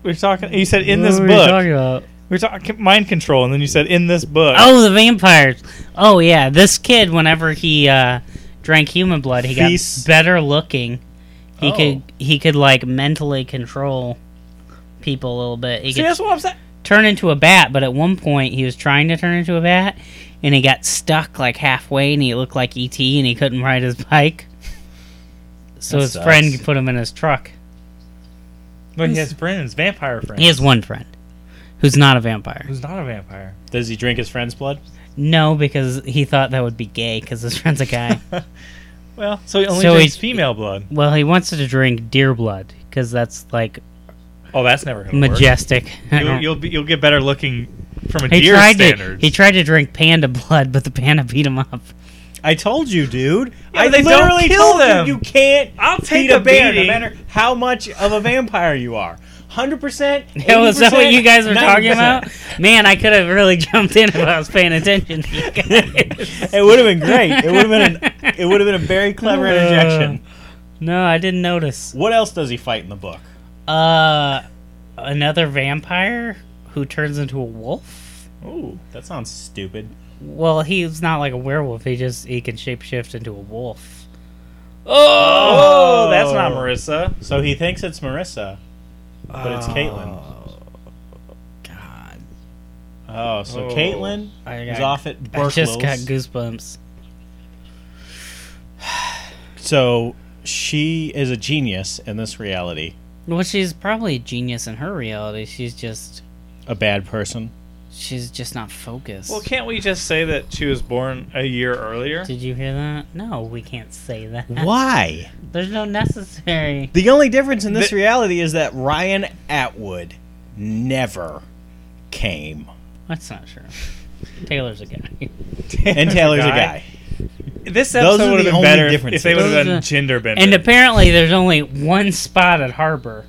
Speaker 4: We were talking. You said in
Speaker 3: what
Speaker 4: this
Speaker 3: were
Speaker 4: book.
Speaker 3: we talking about?
Speaker 4: we were talking mind control, and then you said in this book.
Speaker 3: Oh, the vampires. Oh yeah, this kid. Whenever he uh, drank human blood, he
Speaker 2: Feast.
Speaker 3: got better looking. He
Speaker 2: Oh.
Speaker 3: could he could like mentally control people a little bit. He
Speaker 4: See,
Speaker 3: could
Speaker 4: that's what I'm saying.
Speaker 3: turn into a bat, but at one point he was trying to turn into a bat, and he got stuck like halfway, and he looked like ET, and he couldn't ride his bike. So
Speaker 2: That
Speaker 3: his
Speaker 2: sucks.
Speaker 3: friend put him in his truck.
Speaker 4: But he has friends, vampire friends.
Speaker 3: He has one friend who's not a vampire.
Speaker 4: Who's not a vampire?
Speaker 2: Does he drink his friend's blood?
Speaker 3: No, because he thought that would be gay, because his friend's
Speaker 2: (laughs)
Speaker 3: a guy.
Speaker 4: Well, so he only
Speaker 3: So
Speaker 4: drinks
Speaker 3: he's-
Speaker 4: female blood.
Speaker 3: Well, he wants to drink deer blood because that's like
Speaker 4: Oh, that's never gonna work.
Speaker 3: majestic. (laughs) I
Speaker 4: You'll,
Speaker 3: don't-
Speaker 4: you'll be you'll get better looking from a
Speaker 3: he
Speaker 4: deer
Speaker 3: tried
Speaker 4: standards.
Speaker 3: to he tried to drink panda blood, but the panda beat him up. (laughs)
Speaker 2: I told you, dude.
Speaker 4: Yeah,
Speaker 2: I
Speaker 4: but they don't
Speaker 2: literally
Speaker 4: kill
Speaker 2: told
Speaker 4: them.
Speaker 2: you you can't
Speaker 4: I'll take
Speaker 2: beat a
Speaker 4: the
Speaker 2: bear no
Speaker 4: beating.
Speaker 2: matter how much of a vampire you are. Hundred (laughs) percent.
Speaker 3: Oh, is that what you guys were talking about? Man, I could have really (laughs) jumped in if I was paying attention. to you guys. (laughs)
Speaker 2: It would have been great. It would have been (laughs) an, it would have been a very clever interjection.
Speaker 3: no, I didn't notice.
Speaker 2: What else does he fight in the book?
Speaker 3: Uh, another vampire who turns into a wolf.
Speaker 2: Ooh, that sounds stupid.
Speaker 3: Well, he's not like a werewolf. He just he can shapeshift into a wolf.
Speaker 4: oh, that's not Marissa.
Speaker 2: So he thinks it's Marissa, but it's Caitlin.
Speaker 3: God,
Speaker 2: Oh, so
Speaker 4: Oh.
Speaker 2: Caitlin
Speaker 3: I
Speaker 2: is
Speaker 3: got-
Speaker 2: off at
Speaker 3: I
Speaker 2: Berkelow's.
Speaker 3: just got goosebumps.
Speaker 2: So she is a genius in this reality.
Speaker 3: Well, she's probably a genius in her reality. She's just
Speaker 2: A bad person.
Speaker 3: she's just not focused.
Speaker 4: Well, can't we just say that she was born a year earlier?
Speaker 3: Did you hear that? No, we can't say that.
Speaker 2: Why?
Speaker 3: (laughs) There's no necessary.
Speaker 2: The only difference in this
Speaker 4: The-
Speaker 2: reality is that Ryan Atwood never came.
Speaker 3: That's not true. Taylor's a guy.
Speaker 2: And Taylor's a (laughs)
Speaker 4: Guy.
Speaker 2: guy.
Speaker 4: This
Speaker 2: Those
Speaker 4: episode
Speaker 2: are
Speaker 4: would
Speaker 2: the
Speaker 4: have been
Speaker 2: only
Speaker 4: better if- if
Speaker 2: differences.
Speaker 4: they would have
Speaker 3: Those are-
Speaker 4: done gender bender.
Speaker 3: And apparently, there's only one spot at Harbor.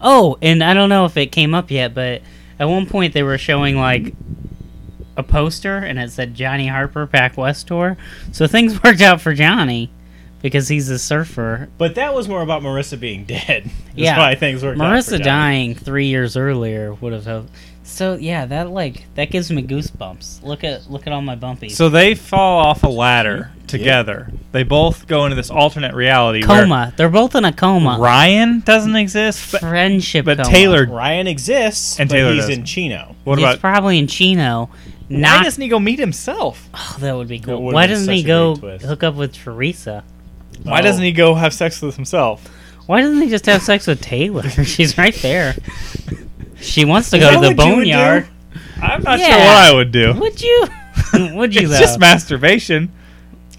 Speaker 3: Oh, and I don't know if it came up yet, but at one point they were showing like a poster, and it said Johnny Harper Pack West Tour. So things worked out for Johnny because he's a surfer.
Speaker 2: But that was more about Marissa being dead. (laughs) That's
Speaker 3: Yeah.
Speaker 2: why things worked out. for
Speaker 3: Marissa
Speaker 2: Johnny.
Speaker 3: dying three years earlier would have helped. So yeah, that like that gives me goosebumps. Look at look at all my bumpies.
Speaker 4: so they fall off a ladder together. They both go into this alternate reality where
Speaker 3: coma. They're both in a coma.
Speaker 4: Ryan doesn't exist. But
Speaker 3: Friendship.
Speaker 4: but
Speaker 3: coma.
Speaker 4: Taylor-
Speaker 2: Ryan exists,
Speaker 4: And
Speaker 2: and
Speaker 4: Taylor
Speaker 2: Taylor he's
Speaker 4: doesn't.
Speaker 2: in Chino.
Speaker 4: what
Speaker 3: he's
Speaker 4: about?
Speaker 3: probably in Chino.
Speaker 4: why
Speaker 3: Not
Speaker 4: doesn't he go meet himself?
Speaker 3: Oh, that would be cool.
Speaker 2: would've
Speaker 3: Why
Speaker 2: been
Speaker 3: doesn't he
Speaker 2: such a
Speaker 3: go
Speaker 2: great twist.
Speaker 3: hook up with Teresa?
Speaker 4: Why
Speaker 2: Oh.
Speaker 4: doesn't he go have sex with himself?
Speaker 3: Why doesn't he just have sex with Taylor? (laughs) She's right there. She wants to go
Speaker 2: Is
Speaker 3: to
Speaker 2: that
Speaker 3: the
Speaker 2: what you would
Speaker 3: boneyard.
Speaker 4: I'm not
Speaker 3: Yeah.
Speaker 4: sure what I would do.
Speaker 3: Would you? (laughs) would you
Speaker 4: It's
Speaker 3: though?
Speaker 4: just masturbation.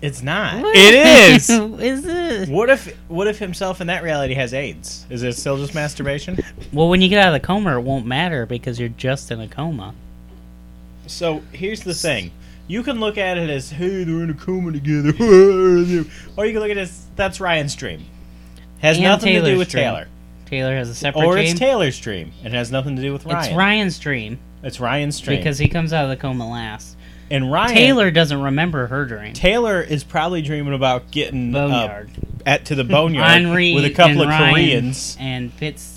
Speaker 2: It's not.
Speaker 3: Would- (laughs)
Speaker 4: It is.
Speaker 3: is it?
Speaker 2: What if what if himself in that reality has AIDS? Is it still just masturbation?
Speaker 3: Well, when you get out of the coma, it won't matter because you're just in a coma.
Speaker 2: So here's the thing. You can look at it as, hey, they're in a coma together. (laughs) or you can look at it as, that's Ryan's dream. Has
Speaker 3: And
Speaker 2: nothing to
Speaker 3: Taylor's
Speaker 2: do with
Speaker 3: dream.
Speaker 2: Taylor.
Speaker 3: Taylor has a separate
Speaker 2: Or
Speaker 3: dream.
Speaker 2: it's Taylor's dream. It has nothing to do with Ryan.
Speaker 3: It's Ryan's dream
Speaker 2: It's Ryan's dream.
Speaker 3: because he comes out of the coma last.
Speaker 2: and Ryan
Speaker 3: Taylor doesn't remember her dream.
Speaker 2: Taylor is probably dreaming about getting uh,
Speaker 3: Boneyard.
Speaker 2: at
Speaker 3: (laughs)
Speaker 2: to the boneyard
Speaker 3: Henri
Speaker 2: with a couple
Speaker 3: and
Speaker 2: of
Speaker 3: Ryan
Speaker 2: Koreans.
Speaker 3: and Pitts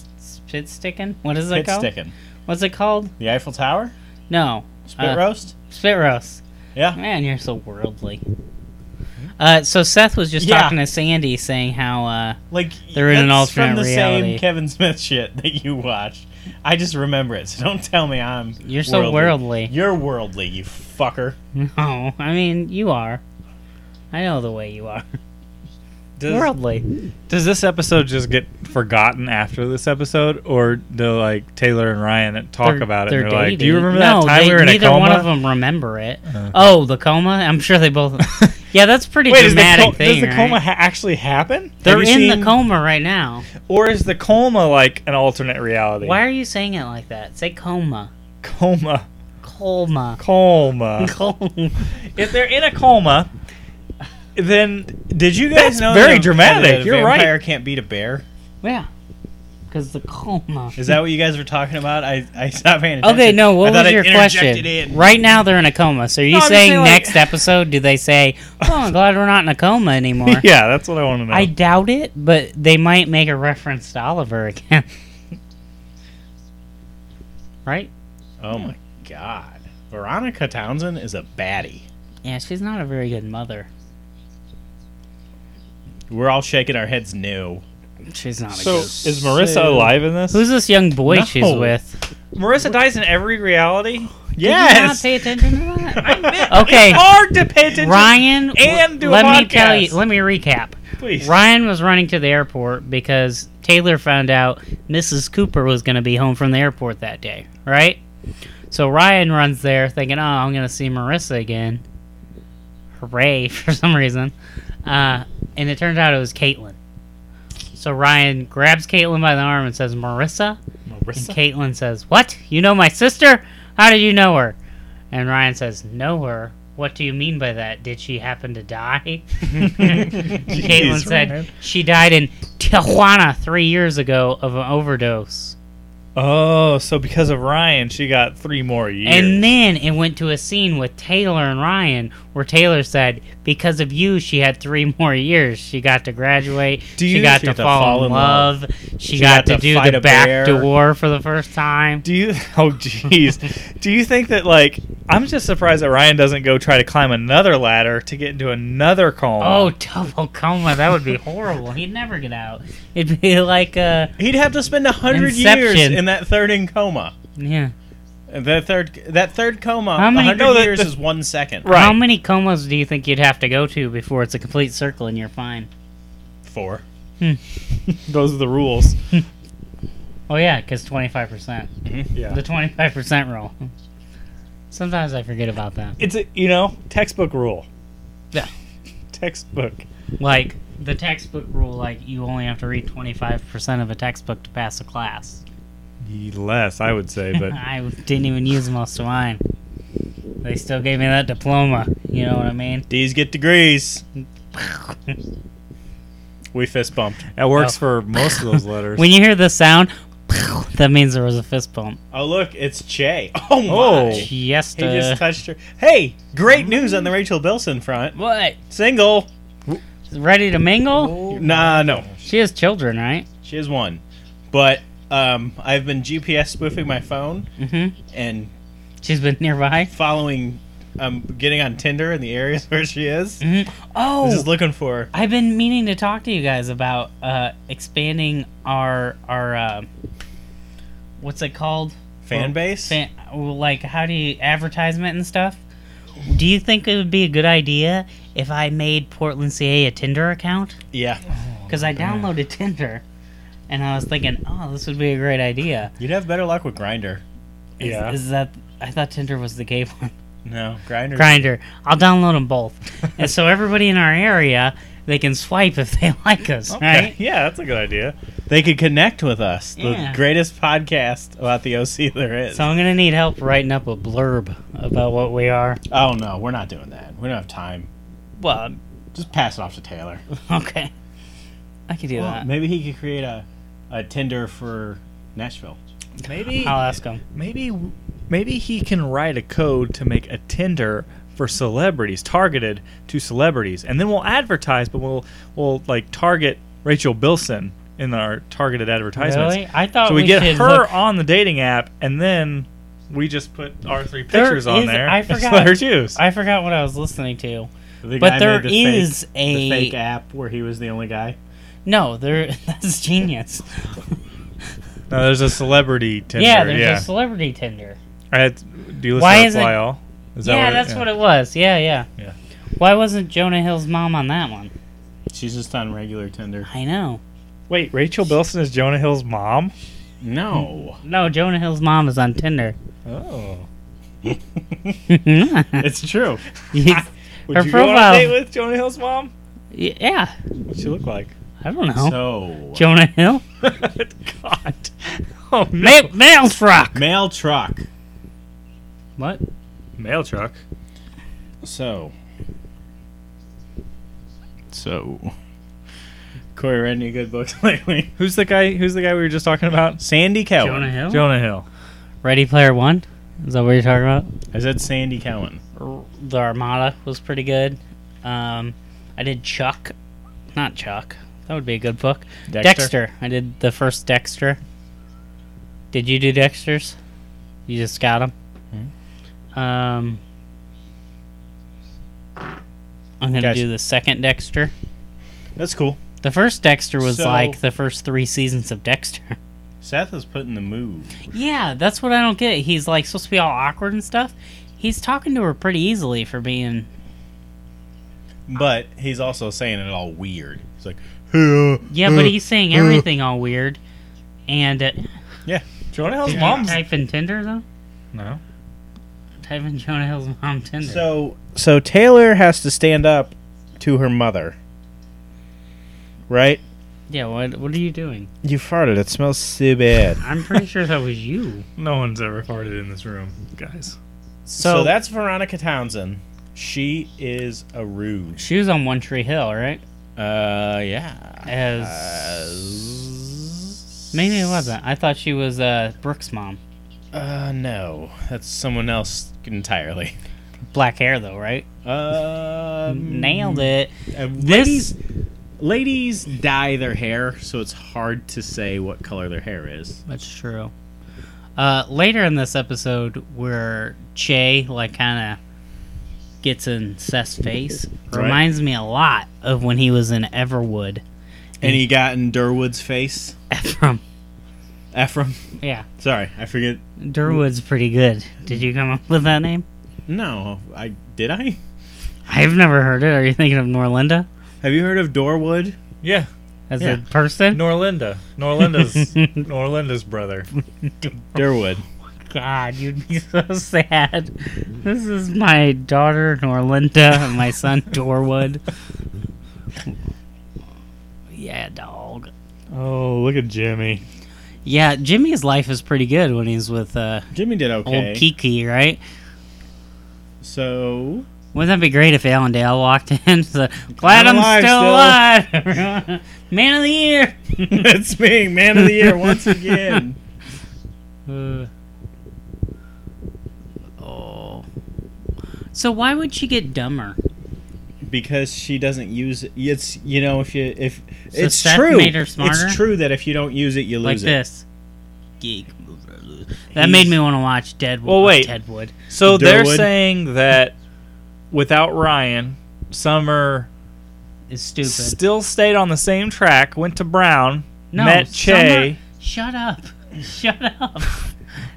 Speaker 3: Pit sticking. What is it
Speaker 2: Pit
Speaker 3: called?
Speaker 2: sticking.
Speaker 3: What's it called?
Speaker 2: The Eiffel Tower?
Speaker 3: No.
Speaker 2: Spit
Speaker 3: Uh,
Speaker 2: roast?
Speaker 3: Spit roast.
Speaker 2: Yeah.
Speaker 3: Man, you're so worldly. Uh, so Seth was just
Speaker 2: Hmm? Yeah.
Speaker 3: talking to Sandy, saying how uh, (laughs)
Speaker 2: Like
Speaker 3: They're in an
Speaker 2: that's from
Speaker 3: alternate
Speaker 2: the
Speaker 3: reality.
Speaker 2: same Kevin Smith shit that you watched. I just remember it, so don't tell me I'm
Speaker 3: you're so worldly.
Speaker 2: You're worldly, you fucker.
Speaker 3: No, I mean you are. I know the way you are.
Speaker 4: Does,
Speaker 3: worldly.
Speaker 4: does this episode just get forgotten after this episode, or do like Taylor and Ryan talk
Speaker 3: They're-
Speaker 4: about it?
Speaker 3: they're
Speaker 4: and they're like, do you
Speaker 3: dating.
Speaker 4: remember
Speaker 3: no,
Speaker 4: that time
Speaker 3: they,
Speaker 4: we were in a
Speaker 3: neither
Speaker 4: coma?
Speaker 3: one of them remember it. Oh, the coma. I'm sure they
Speaker 4: (laughs)
Speaker 3: both. yeah, that's pretty
Speaker 4: Wait, is the,
Speaker 3: dramatic
Speaker 4: co-
Speaker 3: thing.
Speaker 4: does the coma
Speaker 3: right?
Speaker 4: ha- actually happen?
Speaker 3: They're
Speaker 2: Have you
Speaker 3: in the
Speaker 2: seen-
Speaker 3: coma right now.
Speaker 4: Or is the coma like an alternate reality?
Speaker 3: Why are you saying it like that? Say coma.
Speaker 4: coma?
Speaker 3: Coma.
Speaker 4: Coma.
Speaker 3: Coma. (laughs)
Speaker 4: if they're in a coma, then
Speaker 2: Did you guys
Speaker 4: That's
Speaker 2: know
Speaker 4: very
Speaker 2: that a-
Speaker 4: dramatic,
Speaker 2: that a
Speaker 4: you're right.
Speaker 2: vampire can't beat a bear?
Speaker 3: yeah. Because the coma.
Speaker 2: Is that what you guys were talking about? I, I stopped paying attention.
Speaker 3: Okay, no.
Speaker 2: I
Speaker 3: What
Speaker 2: thought
Speaker 3: was
Speaker 2: I
Speaker 3: your
Speaker 2: interjected
Speaker 3: question?
Speaker 2: in.
Speaker 3: Right now, they're in a coma. So, are you
Speaker 4: No, I'm just
Speaker 3: saying,
Speaker 4: saying, like-
Speaker 3: next episode? Do they say, "Oh, I'm glad we're not in a coma
Speaker 4: (laughs)
Speaker 3: anymore"?
Speaker 4: (laughs) yeah, that's what I want to know.
Speaker 3: I doubt it, but they might make a reference to Oliver (laughs) again. right?
Speaker 2: Oh my god. Veronica Townsend is a baddie.
Speaker 3: Yeah, she's not a very good mother.
Speaker 2: We're all shaking our heads new.
Speaker 3: She's not
Speaker 4: so
Speaker 3: a good.
Speaker 4: is Marissa
Speaker 2: So-
Speaker 4: alive in this?
Speaker 3: Who's this young boy she's
Speaker 2: No.
Speaker 3: with?
Speaker 4: Marissa dies in every reality.
Speaker 3: Did you not pay attention to
Speaker 4: (laughs)
Speaker 3: that? Okay.
Speaker 4: okay, it's hard to pay attention.
Speaker 3: Ryan,
Speaker 4: And do a
Speaker 3: let me tell
Speaker 4: podcast.
Speaker 3: you. Let me recap.
Speaker 4: please.
Speaker 3: Ryan was running to the airport because Taylor found out Mrs. Cooper was going to be home from the airport that day, right? So Ryan runs there thinking, oh, I'm going to see Marissa again. Hooray, (laughs) for some reason. Uh, and it turns out it was Caitlin. So Ryan grabs Caitlin by the arm and says, Marissa? And
Speaker 4: Marissa.
Speaker 3: Caitlin says, What? You know my sister? How did you know her? And Ryan says, Know her? What do you mean by that? Did she happen to
Speaker 4: (laughs)
Speaker 3: die? (laughs) Caitlin said
Speaker 4: Ryan.
Speaker 3: she died in Tijuana three years ago of an overdose.
Speaker 4: "Oh, so because of Ryan, she got three more years."
Speaker 3: And then it went to a scene with Taylor and Ryan where Taylor said, Because of you, she had three (laughs) more years. She got to graduate.
Speaker 2: Do
Speaker 3: she
Speaker 2: you-
Speaker 3: got
Speaker 2: She
Speaker 3: to,
Speaker 2: got to
Speaker 3: fall, in love. She, got, to, do
Speaker 2: fight
Speaker 3: the
Speaker 2: a
Speaker 3: back
Speaker 2: bear.
Speaker 3: door for the first time.
Speaker 4: do you? (laughs) Oh, jeez. do you think that like I'm just surprised that Ryan doesn't go try to climb another ladder to get into another coma?
Speaker 3: (laughs) Oh, double coma. That would be horrible. He'd never get out. It'd be (laughs) like, uh,
Speaker 2: He'd have to spend a hundred years
Speaker 3: Inception.
Speaker 2: in that third in coma.
Speaker 3: yeah.
Speaker 2: The third that third coma.
Speaker 3: How
Speaker 2: How
Speaker 3: many-
Speaker 2: hundred
Speaker 4: No, the-
Speaker 2: years
Speaker 4: the-
Speaker 2: is one second.
Speaker 4: Right.
Speaker 3: How many comas do you think you'd have to go to before it's a complete circle and you're fine?
Speaker 2: Four.
Speaker 4: Those are the rules.
Speaker 3: Oh yeah, because twenty five percent.
Speaker 4: Yeah.
Speaker 3: The twenty five percent rule. (laughs) Sometimes I forget about that.
Speaker 4: It's a you know textbook rule.
Speaker 3: Yeah.
Speaker 4: (laughs) Textbook.
Speaker 3: Like the textbook rule, like you only have to read twenty five percent of a textbook to pass a class.
Speaker 4: Less, I would say,
Speaker 3: (laughs)
Speaker 4: but
Speaker 3: I didn't even use most of mine. They still gave me that diploma. You know what I mean?
Speaker 2: D's get degrees. We fist bumped.
Speaker 4: that works
Speaker 3: Oh.
Speaker 4: for most of
Speaker 3: (laughs)
Speaker 4: those letters.
Speaker 3: when you hear the sound, that means there was a fist bump.
Speaker 2: Oh look, it's Che. (laughs) Oh my!
Speaker 4: Oh.
Speaker 2: He
Speaker 3: Yes,
Speaker 2: just touched her. Hey, great news on the Rachel Bilson front.
Speaker 3: what?
Speaker 2: Single?
Speaker 3: Ready to mingle?
Speaker 2: Nah, no.
Speaker 3: She has children, right?
Speaker 2: She has one, but um, I've been GPS spoofing my phone
Speaker 3: Mm-hmm.
Speaker 2: and
Speaker 3: She's been nearby.
Speaker 2: following. I'm getting on Tinder in the areas (laughs) where she is.
Speaker 3: Mm-hmm. Oh,
Speaker 2: Just looking for. her.
Speaker 3: I've been meaning to talk to you guys about uh, expanding our our uh, what's it called?
Speaker 2: Fan base?
Speaker 3: Fan, well, like how do you advertisement and stuff? Do you think it would be a good idea if I made Portland CA a Tinder account?
Speaker 2: Yeah,
Speaker 3: Because I downloaded Tinder, and I was thinking, oh, this would be a great idea.
Speaker 2: you'd have better luck with Grinder.
Speaker 3: Is-
Speaker 4: Yeah.
Speaker 3: Is, that I thought Tinder was the gay one. (laughs)
Speaker 2: No, Grinder.
Speaker 3: Grinder. I'll download them both, and so everybody in our area they can swipe if they (laughs) like us, right?
Speaker 4: Yeah, that's a good idea.
Speaker 2: They could connect with us. The
Speaker 3: Yeah.
Speaker 2: greatest podcast about the OC there is.
Speaker 3: So I'm gonna need help writing up a blurb about what we are.
Speaker 2: oh no, we're not doing that. We don't have time.
Speaker 3: Well,
Speaker 2: Just pass it off to Taylor.
Speaker 3: (laughs) okay, I could do that.
Speaker 2: Maybe he could create a, a Tinder for Nashville.
Speaker 4: Maybe
Speaker 3: I'll ask him.
Speaker 4: maybe maybe he can write a code to make a Tinder for celebrities targeted to celebrities, and then we'll advertise, but we'll we'll like target Rachel Bilson in our targeted advertisements.
Speaker 3: Really? I thought
Speaker 4: So we,
Speaker 3: we
Speaker 4: get
Speaker 3: should
Speaker 4: her
Speaker 3: hook-
Speaker 4: on the dating app, and then we just put our three
Speaker 3: There
Speaker 4: pictures on
Speaker 3: is-
Speaker 4: there.
Speaker 3: I
Speaker 4: and
Speaker 3: forgot.
Speaker 4: let (laughs) her choose.
Speaker 3: I forgot what I was listening to.
Speaker 2: The
Speaker 3: But
Speaker 2: guy
Speaker 3: there
Speaker 2: made the
Speaker 3: is
Speaker 2: fake,
Speaker 3: a-
Speaker 2: the fake app where he was the only guy.
Speaker 3: No, there. (laughs) That's genius.
Speaker 4: no, there's a celebrity Tinder.
Speaker 3: yeah, there's
Speaker 4: yeah.
Speaker 3: a celebrity Tinder.
Speaker 4: I had- do you listen
Speaker 3: Why
Speaker 4: to
Speaker 3: is it-
Speaker 4: Fly All? Is
Speaker 3: yeah, that's what it was. Yeah, yeah.
Speaker 4: Yeah.
Speaker 3: Why wasn't Jonah Hill's mom on that one?
Speaker 2: She's just on regular Tinder.
Speaker 3: I know.
Speaker 4: Wait, Rachel Bilson is Jonah Hill's mom.
Speaker 2: No.
Speaker 3: No, Jonah Hill's mom is on Tinder. (laughs)
Speaker 4: Oh.
Speaker 2: (laughs)
Speaker 3: Yes.
Speaker 2: it's true.
Speaker 3: Her
Speaker 4: Would you go on
Speaker 3: profile.
Speaker 4: a date with Jonah Hill's mom?
Speaker 3: yeah,
Speaker 4: What'd she look
Speaker 3: (laughs)
Speaker 4: like? (laughs)
Speaker 3: I don't know.
Speaker 2: So,
Speaker 3: Jonah Hill,
Speaker 4: God. Oh, no.
Speaker 3: Ma- Mail Frock.
Speaker 2: mail truck.
Speaker 3: What?
Speaker 4: Mail truck.
Speaker 2: So. So. Corey read any good books (laughs) lately?
Speaker 4: Who's the guy? Who's the guy we were just talking about?
Speaker 2: Sandy Cowan.
Speaker 3: Jonah Hill.
Speaker 4: Jonah Hill.
Speaker 3: Ready Player One. Is that what you're talking about?
Speaker 2: I said Sandy Cowan.
Speaker 3: the Armada was pretty good. Um, I did Chuck, not Chuck. That would be a good book. Dexter. I did the first Dexter. Did you do Dexter's? You just got them. Um, I'm gonna
Speaker 2: Guys.
Speaker 3: do the second Dexter.
Speaker 2: That's cool.
Speaker 3: The first Dexter was
Speaker 2: So-
Speaker 3: like the first three seasons of Dexter. (laughs)
Speaker 2: Seth is putting the move.
Speaker 3: yeah, that's what I don't get. He's like supposed to be all awkward and stuff. He's talking to her pretty easily for being
Speaker 2: But he's also saying it all weird. He's like, "Huh,
Speaker 3: Yeah,
Speaker 2: uh,
Speaker 3: but he's saying
Speaker 2: uh."
Speaker 3: everything all weird. And uh,
Speaker 2: Yeah.
Speaker 4: Jonah Hill's
Speaker 3: did you
Speaker 4: mom's
Speaker 3: type in Tinder though.
Speaker 4: no.
Speaker 3: Type in Jonah Hill's mom Tinder.
Speaker 2: So so Taylor has to stand up to her mother. Right?
Speaker 3: yeah, what what are you doing?
Speaker 2: You farted. It smells so bad.
Speaker 3: I'm pretty sure that was you.
Speaker 4: No one's ever farted in this room, guys.
Speaker 2: so,
Speaker 3: So, that
Speaker 2: that's Veronica Townsend. She is a rouge.
Speaker 3: she was on One Tree Hill, right?
Speaker 2: Uh, yeah.
Speaker 3: As
Speaker 2: Uh,
Speaker 3: maybe it wasn't. I thought she was uh, Brooke's mom.
Speaker 2: Uh, no. That's someone else entirely. (laughs)
Speaker 3: Black hair though, right?
Speaker 2: Um,
Speaker 3: Nailed it.
Speaker 2: uh,
Speaker 3: This-
Speaker 2: ladies, ladies dye their hair, so it's hard to say what color their hair is.
Speaker 3: That's true. Uh, later in this episode, where Che like kind of gets in Seth's face,
Speaker 2: Right.
Speaker 3: reminds me a lot of when he was in Everwood. (laughs)
Speaker 2: And he got in Durwood's face.
Speaker 3: Ephraim.
Speaker 2: Ephraim.
Speaker 3: Yeah,
Speaker 2: Sorry, I forget.
Speaker 3: Durwood's pretty good. Did you come up with that name?
Speaker 2: No, I did I.
Speaker 3: I've never heard it. Are you thinking of Norlinda?
Speaker 2: Have you heard of Dorwood?
Speaker 4: Yeah.
Speaker 3: as
Speaker 2: Yeah.
Speaker 3: a person.
Speaker 4: Norlinda.
Speaker 3: (laughs)
Speaker 4: Norlinda's Norlinda's brother.
Speaker 2: Durwood.
Speaker 3: God, you'd be so sad. This is my daughter Norlinda and
Speaker 2: (laughs)
Speaker 3: my son Dorwood. yeah, dog.
Speaker 4: Oh, look at (laughs) Jimmy.
Speaker 3: Yeah, Jimmy's life is pretty good when he's with uh,
Speaker 2: Jimmy did okay.
Speaker 3: old Kiki, right?
Speaker 2: So
Speaker 3: Wouldn't that be great if Allendale walked in? (laughs) So, Glad I'm,
Speaker 2: alive
Speaker 3: still
Speaker 2: still."
Speaker 3: alive. everyone. Man of the year.
Speaker 2: it's me, man of the year once again. (laughs)
Speaker 3: Uh, oh. So why would she get dumber?
Speaker 2: because she doesn't use it. It's you know if you if
Speaker 3: So
Speaker 2: it's
Speaker 3: Seth
Speaker 2: true.
Speaker 3: made her smarter?
Speaker 2: It's true that if you don't use it, you
Speaker 3: like
Speaker 2: lose it.
Speaker 3: this. Geek mover lose. That made me want to watch Deadwood.
Speaker 4: Well, wait.
Speaker 3: Deadwood.
Speaker 4: So they're
Speaker 2: Durwood.
Speaker 4: saying that without Ryan, Summer
Speaker 3: It's stupid.
Speaker 4: still stayed on the same track, went to Brown,
Speaker 3: no,
Speaker 4: met
Speaker 3: Summer-
Speaker 4: Che.
Speaker 3: shut up. Shut up.
Speaker 2: (laughs)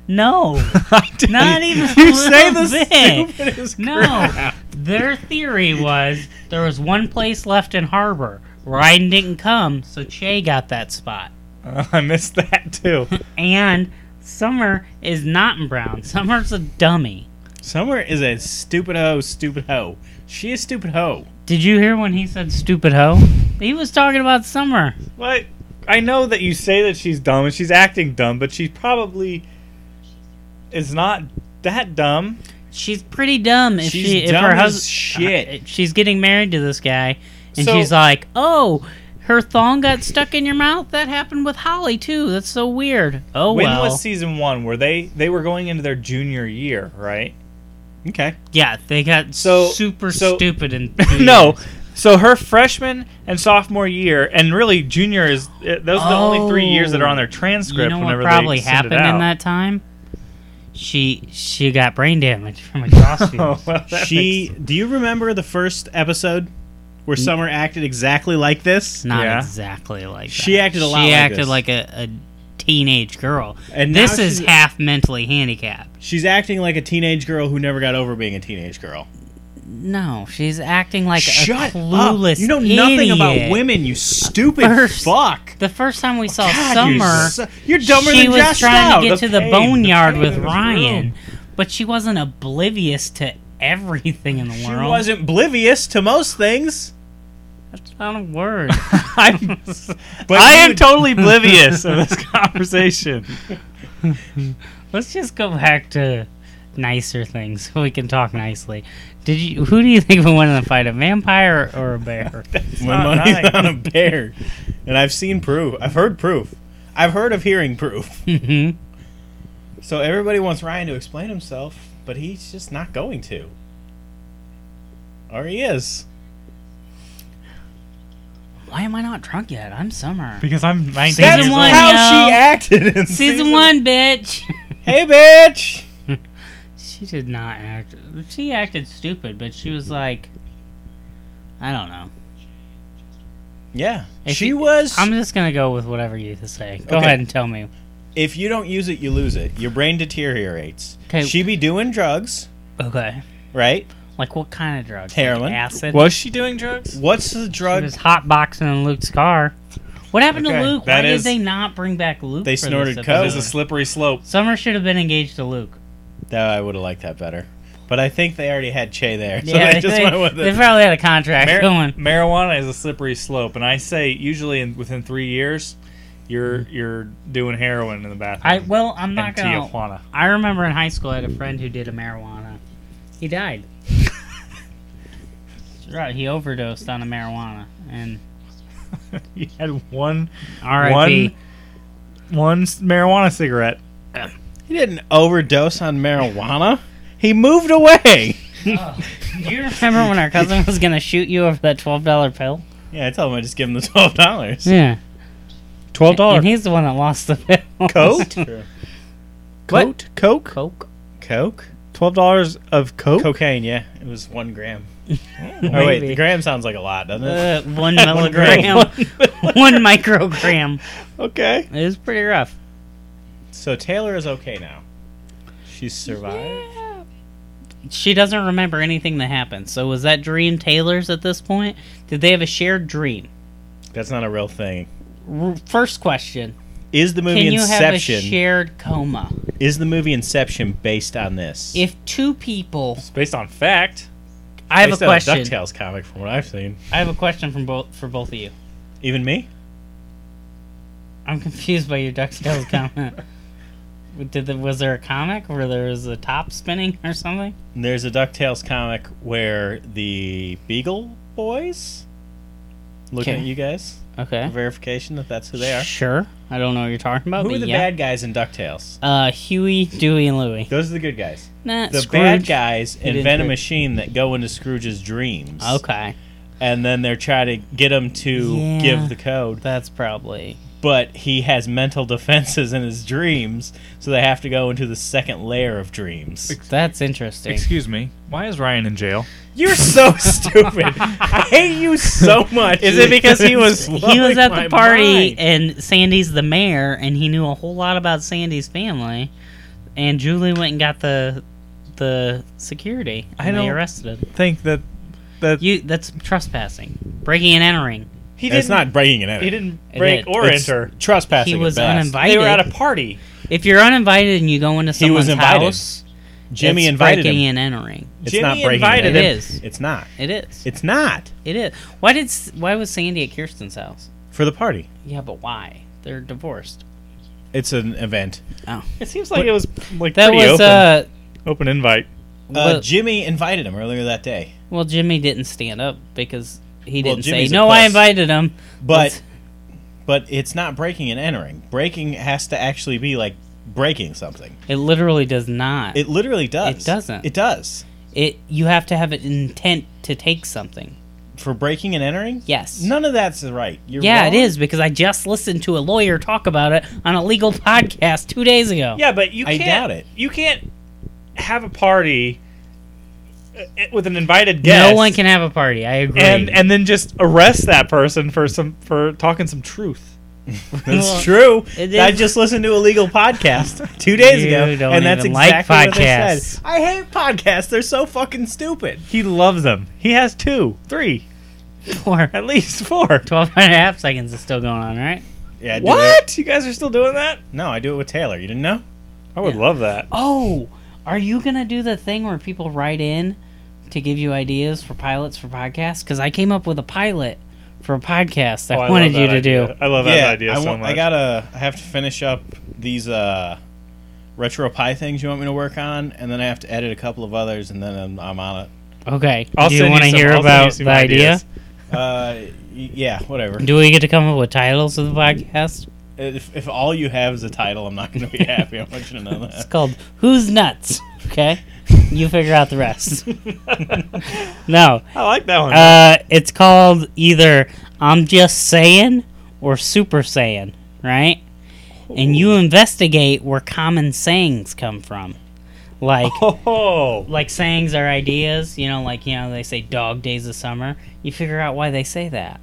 Speaker 3: No, (laughs)
Speaker 4: (laughs)
Speaker 3: not even a
Speaker 2: You
Speaker 3: little
Speaker 2: say the
Speaker 3: bit.
Speaker 2: stupidest
Speaker 3: (laughs) No, their theory was there was one place left in Harbor. Ryan didn't come, so Che got that spot.
Speaker 4: Uh, (laughs) I missed that too.
Speaker 3: And Summer is not in Brown. Summer's a dummy.
Speaker 2: Summer is a stupid hoe, stupid hoe. She is stupid hoe.
Speaker 3: Did you hear when he said stupid hoe? He was talking about Summer.
Speaker 4: What? I know that you say that she's dumb and she's acting dumb, but she probably is not that dumb.
Speaker 3: She's pretty dumb if
Speaker 2: She's
Speaker 3: she if
Speaker 2: dumb
Speaker 3: her
Speaker 2: as
Speaker 3: husband
Speaker 2: shit.
Speaker 3: she's getting married to this guy and
Speaker 4: So-
Speaker 3: she's like, "Oh, her thong got stuck in your mouth. That happened with Holly too. That's so weird." Oh
Speaker 4: when
Speaker 3: well.
Speaker 4: was season one? Were they they were going into their junior year, right?
Speaker 2: Okay.
Speaker 3: yeah, they got
Speaker 4: So-
Speaker 3: super
Speaker 4: so-
Speaker 3: stupid
Speaker 4: (laughs)
Speaker 3: and
Speaker 4: (laughs) no. So her freshman and sophomore year, and really junior is uh, those are the only three years that are on their transcript.
Speaker 3: You know what
Speaker 4: whenever
Speaker 3: probably
Speaker 4: they send it
Speaker 3: happened in
Speaker 4: out.
Speaker 3: that time? She she got brain damage from a crossfit.
Speaker 4: (laughs) Oh, well, that
Speaker 2: She.
Speaker 4: makes-
Speaker 2: Do you remember the first episode where Summer acted exactly like this?
Speaker 3: Not
Speaker 4: Yeah.
Speaker 3: exactly like that.
Speaker 2: She acted a lot
Speaker 3: She
Speaker 2: like
Speaker 3: acted
Speaker 2: this.
Speaker 3: like a, a teenage girl.
Speaker 2: And
Speaker 3: this
Speaker 2: now
Speaker 3: is
Speaker 2: she's-
Speaker 3: half mentally handicapped.
Speaker 2: She's acting like a teenage girl who never got over being a teenage girl.
Speaker 3: No, she's acting like
Speaker 2: Shut
Speaker 3: a clueless.
Speaker 2: up! You know nothing
Speaker 3: idiot.
Speaker 2: about women, you stupid
Speaker 3: First-
Speaker 2: fuck.
Speaker 3: The first time we saw
Speaker 2: God, you
Speaker 3: Summer,
Speaker 2: su- you're dumber
Speaker 3: she
Speaker 2: than
Speaker 3: was
Speaker 2: Josh
Speaker 3: trying
Speaker 2: Snow.
Speaker 3: to get to the
Speaker 2: pain,
Speaker 3: boneyard
Speaker 2: pain
Speaker 3: with
Speaker 2: in this
Speaker 3: Ryan,
Speaker 2: room.
Speaker 3: but she wasn't oblivious to everything in the
Speaker 2: She
Speaker 3: world.
Speaker 2: wasn't oblivious to most things.
Speaker 3: That's not
Speaker 2: (laughs)
Speaker 3: a word.
Speaker 4: I'm,
Speaker 2: But
Speaker 4: (laughs) I am (laughs)
Speaker 2: dude- (laughs)
Speaker 4: totally oblivious of this conversation.
Speaker 3: Let's just go back to nicer things so we can talk nicely. Did you? Who do you think would win in a fight, a vampire or
Speaker 2: (laughs)
Speaker 3: a bear?
Speaker 2: My
Speaker 4: not
Speaker 2: money's
Speaker 4: nice.
Speaker 2: on a bear, and I've seen proof. I've heard proof. I've heard of hearing
Speaker 3: (laughs)
Speaker 2: proof.
Speaker 3: Mhm.
Speaker 2: so everybody wants Ryan to explain himself, but he's just not going to. Or he is.
Speaker 3: Why am I not drunk yet? I'm Summer.
Speaker 4: (laughs) Because I'm 19
Speaker 3: Season
Speaker 4: years
Speaker 3: one.
Speaker 4: old.
Speaker 2: How
Speaker 3: yo.
Speaker 2: she acted in
Speaker 3: Season, one, bitch.
Speaker 2: Hey, bitch.
Speaker 3: (laughs) she did not act. She acted stupid, but she
Speaker 2: Mm-hmm.
Speaker 3: was like, I don't know.
Speaker 2: Yeah,
Speaker 3: If
Speaker 2: she
Speaker 3: you-
Speaker 2: was.
Speaker 3: I'm just gonna go with whatever you say. Go
Speaker 2: Okay.
Speaker 3: ahead and tell me.
Speaker 2: if you don't use it, you lose it. Your brain deteriorates.
Speaker 3: 'Kay.
Speaker 2: She be doing drugs,
Speaker 3: Okay.
Speaker 2: right?
Speaker 3: Like what kind of drugs?
Speaker 2: Heroin.
Speaker 3: Like acid.
Speaker 4: Was she doing drugs?
Speaker 2: What's the
Speaker 3: She
Speaker 2: drug?
Speaker 3: was hot boxing in Luke's car. What happened
Speaker 4: Okay,
Speaker 3: to Luke? Why
Speaker 4: that
Speaker 3: did
Speaker 4: is-
Speaker 3: they not bring back Luke?
Speaker 2: They
Speaker 3: for
Speaker 2: snorted coke.
Speaker 3: this
Speaker 4: That
Speaker 3: episode?
Speaker 4: is a slippery slope.
Speaker 3: Summer should have been engaged to Luke.
Speaker 2: No, I would have liked that better. But I think they already had Che there, (laughs) so
Speaker 3: yeah,
Speaker 2: they, just went with
Speaker 3: they
Speaker 2: it.
Speaker 3: probably had a contract
Speaker 2: (laughs)
Speaker 4: Mar-
Speaker 3: going.
Speaker 4: marijuana is a slippery slope, and I say usually in, within three years, you're you're doing heroin in the bathroom.
Speaker 3: I well, Mm. I'm
Speaker 4: in
Speaker 3: not gonna.
Speaker 4: Tijuana. (laughs)
Speaker 3: I remember in high school, I had a friend who did a marijuana.
Speaker 2: (laughs)
Speaker 3: He died. right, he overdosed on a marijuana, and
Speaker 4: You had one
Speaker 3: R.I.P.
Speaker 4: one s- marijuana cigarette.
Speaker 2: He didn't overdose on marijuana. He moved away.
Speaker 3: Do you remember when our cousin was gonna shoot you over that twelve dollar pill?
Speaker 2: Yeah, I told him I just give him the twelve dollars.
Speaker 3: Yeah,
Speaker 4: Twelve
Speaker 3: and he's the one that lost the pill. (laughs)
Speaker 2: Coke,
Speaker 4: Coat? Coke?
Speaker 3: Coke.
Speaker 2: coke,
Speaker 4: Twelve dollars of coke.
Speaker 2: cocaine. Yeah, it was one
Speaker 3: (laughs)
Speaker 2: gram. Oh wait,
Speaker 3: Maybe.
Speaker 2: the gram sounds like a lot, doesn't it?
Speaker 3: Uh,
Speaker 2: (laughs)
Speaker 3: one milligram,
Speaker 2: gram.
Speaker 3: (laughs) one microgram.
Speaker 2: Okay.
Speaker 3: It was pretty rough.
Speaker 2: So Taylor is okay now. She survived.
Speaker 3: She doesn't remember anything that happened. So was that dream Taylor's at this point? Did they have a shared dream?
Speaker 2: That's not a real thing.
Speaker 3: R- First question:
Speaker 2: Is the movie
Speaker 3: Can you have a
Speaker 2: Inception?
Speaker 3: shared coma?
Speaker 2: Is the movie Inception based on this?
Speaker 3: If two people,
Speaker 4: It's based on fact.
Speaker 3: I have
Speaker 2: Based
Speaker 3: a
Speaker 2: on
Speaker 3: question.
Speaker 2: DuckTales comic, from what I've seen.
Speaker 3: I have a question from both for both of you.
Speaker 2: Even me?
Speaker 3: I'm confused by
Speaker 2: (laughs)
Speaker 3: your Ducktails comment. Did the, was there a comic where there was a top spinning or something?
Speaker 2: There's a DuckTales comic where the Beagle Boys. Looking
Speaker 3: Okay.
Speaker 2: at you guys.
Speaker 3: Okay.
Speaker 2: Verification that that's who they are.
Speaker 3: Sure. I don't know what you're talking about.
Speaker 2: Who
Speaker 3: but
Speaker 2: are the
Speaker 3: yeah.
Speaker 2: bad guys in DuckTales?
Speaker 3: Uh, Huey, Dewey, and Louie.
Speaker 2: Those are the good guys.
Speaker 3: Nah,
Speaker 2: The
Speaker 3: Scrooge.
Speaker 2: bad guys
Speaker 3: didn't
Speaker 2: invent a
Speaker 3: do-
Speaker 2: machine that go into Scrooge's dreams.
Speaker 3: Okay,
Speaker 2: And then they're trying to get him to
Speaker 3: Yeah.
Speaker 2: give the code.
Speaker 3: that's probably
Speaker 2: But he has mental (laughs) defenses in his dreams, so they have to go into the second layer of
Speaker 3: (laughs)
Speaker 2: dreams.
Speaker 3: that's interesting.
Speaker 4: Excuse me. Why is Ryan in jail?
Speaker 2: You're so stupid. I hate you
Speaker 3: (laughs)
Speaker 2: so much.
Speaker 3: Is it because
Speaker 2: (laughs)
Speaker 3: he was
Speaker 2: It's
Speaker 3: he was
Speaker 2: blowing
Speaker 3: at
Speaker 2: my
Speaker 3: the party
Speaker 2: mind.
Speaker 3: and Sandy's the mayor and he knew a whole lot about Sandy's family, and Julie went and got the the security
Speaker 4: I
Speaker 3: and they
Speaker 4: don't-
Speaker 3: arrested him.
Speaker 4: Think that that
Speaker 3: You that's trespassing, breaking and entering.
Speaker 4: he
Speaker 2: It's not breaking it in.
Speaker 4: he didn't
Speaker 3: It
Speaker 4: break
Speaker 3: did.
Speaker 4: or
Speaker 2: It's
Speaker 4: enter.
Speaker 2: Trespassing.
Speaker 3: He
Speaker 2: at
Speaker 3: was
Speaker 2: best.
Speaker 3: uninvited.
Speaker 4: They were at a party.
Speaker 3: If you're uninvited and you go into
Speaker 2: He was
Speaker 3: someone's
Speaker 2: invited.
Speaker 3: house,
Speaker 2: Jimmy
Speaker 3: it's
Speaker 2: invited
Speaker 3: breaking
Speaker 2: him.
Speaker 3: and entering.
Speaker 2: It's
Speaker 4: Jimmy
Speaker 2: not breaking it in.
Speaker 4: invited
Speaker 3: him. It is.
Speaker 2: It's not.
Speaker 3: It is.
Speaker 2: It's not
Speaker 3: It is. Why did S- why was Sandy at Kirsten's house?
Speaker 2: for the party.
Speaker 3: Yeah, but why? They're divorced.
Speaker 2: It's an event. Uh,
Speaker 3: Oh,
Speaker 4: It seems like it was like
Speaker 3: that
Speaker 4: pretty
Speaker 3: was
Speaker 4: open.
Speaker 3: uh.
Speaker 4: open invite.
Speaker 2: Uh,
Speaker 3: well-
Speaker 2: Jimmy invited him earlier that day,
Speaker 3: Well, Jimmy didn't stand up because he
Speaker 2: Well,
Speaker 3: didn't
Speaker 2: Jimmy's
Speaker 3: say
Speaker 2: a
Speaker 3: no. I
Speaker 2: puss."
Speaker 3: invited him,
Speaker 2: but but it's not breaking and entering. Breaking has to actually be like breaking something.
Speaker 3: it literally does not. It,
Speaker 2: It literally does.
Speaker 3: It doesn't.
Speaker 2: It does.
Speaker 3: you have to have an intent to take something.
Speaker 2: For breaking and entering,
Speaker 3: Yes.
Speaker 2: None of that's right. You're
Speaker 3: Yeah,
Speaker 2: wrong. (laughs)
Speaker 3: it is because I just listened to a lawyer talk about it on a legal podcast two days ago.
Speaker 4: Yeah, but you
Speaker 2: I
Speaker 4: can't.
Speaker 2: doubt it.
Speaker 4: You can't have a party uh, with an invited guest.
Speaker 3: No one can have a party. I agree.
Speaker 4: And and then just arrest that person for some for talking some truth.
Speaker 2: That's true.
Speaker 3: It
Speaker 2: I
Speaker 3: is-
Speaker 2: just listened to a legal podcast (laughs) two days
Speaker 3: You
Speaker 2: ago,
Speaker 3: don't
Speaker 2: and that's
Speaker 3: even like
Speaker 2: exactly what they
Speaker 3: podcasts.
Speaker 2: said. I hate podcasts. They're so fucking stupid.
Speaker 4: He loves them. He has two, three,
Speaker 3: (laughs) Four,
Speaker 4: at least four.
Speaker 3: 12 and a half seconds is still going on, right?
Speaker 2: Yeah. I do it-
Speaker 4: What? You guys are still doing that?
Speaker 2: No, I do it with Taylor. You didn't know?
Speaker 4: I would love that.
Speaker 3: Oh, are you gonna do the thing where people write in to give you ideas for pilots for podcasts? Because I came up with a pilot for a podcast that
Speaker 4: Oh,
Speaker 3: I
Speaker 4: love
Speaker 3: wanted
Speaker 4: that
Speaker 3: you to
Speaker 4: idea.
Speaker 3: do.
Speaker 4: I love that idea
Speaker 2: I,
Speaker 4: so
Speaker 2: want-
Speaker 4: much.
Speaker 2: I gotta. I have to finish up these uh, retro pie things you want me to work on, and then I have to edit a couple of others, and then I'm, I'm on it.
Speaker 3: Okay.
Speaker 4: I'll
Speaker 3: do you
Speaker 4: send
Speaker 3: want to
Speaker 4: some-
Speaker 3: hear
Speaker 4: I'll send you
Speaker 3: about
Speaker 4: some
Speaker 3: the idea?
Speaker 4: ideas.
Speaker 2: Uh, y- yeah, whatever.
Speaker 3: Do we get to come up with titles of the podcast?
Speaker 2: If, if all you have is a title, I'm not gonna be happy. I want you to know
Speaker 3: It's
Speaker 2: that.
Speaker 3: called Who's Nuts? Okay. You figure out the
Speaker 4: (laughs)
Speaker 3: rest. no.
Speaker 4: I like that one.
Speaker 3: Uh, it's called either I'm Just Saying or Super Saying, right? And
Speaker 4: Oh.
Speaker 3: you investigate where common sayings come from. Like,
Speaker 4: oh,
Speaker 3: like sayings are ideas, you know, like, you know, they say dog days of summer. You figure out why they say that.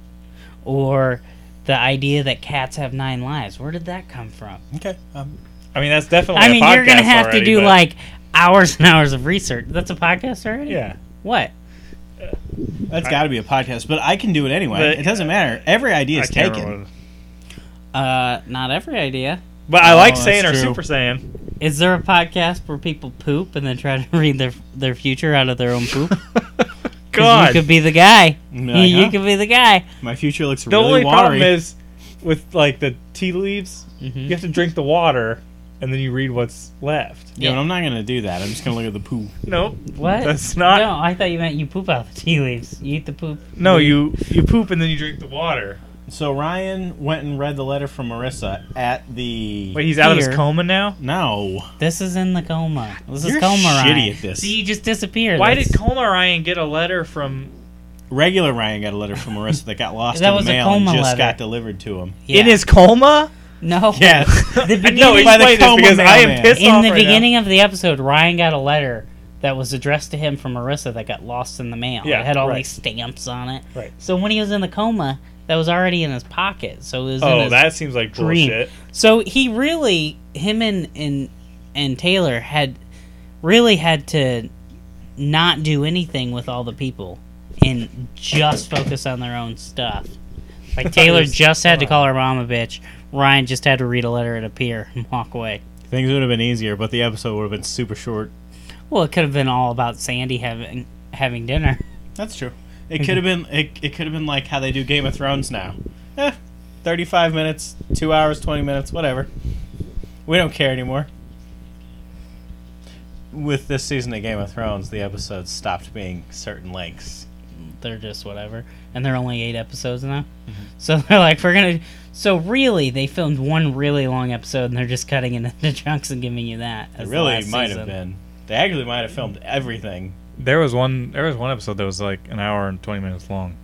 Speaker 3: Or the idea that cats have nine lives. Where did that come from?
Speaker 2: (laughs) Okay. Um,
Speaker 4: I mean that's definitely.
Speaker 3: I
Speaker 4: a
Speaker 3: mean, you're going to
Speaker 4: podcast
Speaker 3: have
Speaker 4: already,
Speaker 3: to do
Speaker 4: but-
Speaker 3: like hours and hours of research. That's a podcast already?
Speaker 4: yeah.
Speaker 3: What?
Speaker 2: that's got to be a podcast, but I can do it anyway.
Speaker 4: But-
Speaker 2: it doesn't matter. Every idea
Speaker 4: I
Speaker 2: is
Speaker 4: can't
Speaker 2: taken.
Speaker 4: remember.
Speaker 3: Uh, not every idea.
Speaker 4: But I like
Speaker 2: Oh,
Speaker 4: saying or
Speaker 2: that's true.
Speaker 4: super saying. (laughs)
Speaker 3: Is there a podcast where people poop and then try to (laughs) read their their future out of their own
Speaker 4: (laughs)
Speaker 3: poop? 'Cause
Speaker 4: God.
Speaker 3: you could be the guy.
Speaker 2: And be
Speaker 3: You-
Speaker 2: like,
Speaker 3: (laughs) you
Speaker 2: huh?
Speaker 3: could be the guy.
Speaker 2: My future looks
Speaker 4: The
Speaker 2: really
Speaker 4: only
Speaker 2: watery.
Speaker 4: problem is with like the tea leaves,
Speaker 3: Mm-hmm.
Speaker 4: you have to drink the water and then you read what's left.
Speaker 2: yeah, but I'm not gonna do that. I'm just gonna look at the poo.
Speaker 4: Nope.
Speaker 3: What?
Speaker 4: That's not.
Speaker 3: No, I thought you meant you poop out the tea leaves. You eat the poop.
Speaker 4: No, you you poop and then you drink the water.
Speaker 2: So Ryan went and read the letter from Marissa at the.
Speaker 4: Wait, he's out of his
Speaker 3: Here.
Speaker 4: coma now.
Speaker 2: No.
Speaker 3: This is in the coma. This is
Speaker 2: You're
Speaker 3: coma.
Speaker 2: shitty
Speaker 3: Ryan.
Speaker 2: at this.
Speaker 3: See, you just disappeared.
Speaker 4: Why
Speaker 3: That's-
Speaker 4: did Coma Ryan get a letter from?
Speaker 2: Regular Ryan got a letter from Marissa that got lost
Speaker 3: (laughs) That
Speaker 2: in
Speaker 3: was a
Speaker 2: the mail and
Speaker 3: coma
Speaker 2: just
Speaker 3: letter.
Speaker 2: got delivered to him.
Speaker 3: Yeah.
Speaker 4: coma?
Speaker 3: no?
Speaker 2: Yes.
Speaker 4: (laughs)
Speaker 3: (laughs) The beginning,
Speaker 4: No,
Speaker 2: By the
Speaker 4: explain this
Speaker 2: coma
Speaker 4: because I am
Speaker 2: mailman.
Speaker 4: pissed
Speaker 3: in
Speaker 4: off
Speaker 3: the
Speaker 4: right
Speaker 3: beginning of the episode, Ryan got a letter that was addressed to him from Marissa that got lost in the mail.
Speaker 4: Yeah,
Speaker 3: it had all
Speaker 4: right.
Speaker 3: these stamps on it.
Speaker 4: Right.
Speaker 3: So when he was in the coma, that was already in his pocket. So it was
Speaker 4: Now.
Speaker 3: in
Speaker 4: Oh,
Speaker 3: his
Speaker 4: that seems like
Speaker 3: dream.
Speaker 4: bullshit.
Speaker 3: So he really, him and and and Taylor had really had to not do anything with all the people and just focus on their own stuff. Like Taylor
Speaker 2: Yes.
Speaker 3: just had to call her mom a bitch. Ryan just had to read a letter at a pier and walk away.
Speaker 2: Things would have been easier, but the episode would have been super short.
Speaker 3: Well, it could have been all about Sandy having having dinner. (laughs)
Speaker 2: That's true. It could have been it, it could have been like how they do Game of Thrones now. Eh, 35 minutes, 2 hours, 20 minutes, whatever. We don't care anymore. With this season of Game of Thrones, the episodes stopped being certain lengths.
Speaker 3: They're just whatever, and they're only eight episodes now.
Speaker 2: Mm-hmm.
Speaker 3: So (laughs) they're like, we're gonna. So really, they filmed one really long episode, and they're just cutting it into (laughs) chunks and giving you that.
Speaker 2: It
Speaker 3: as the
Speaker 2: really
Speaker 3: last
Speaker 2: might
Speaker 3: season.
Speaker 2: have been. They actually might have filmed everything.
Speaker 4: There was one. There was one episode that was like an hour and twenty minutes long.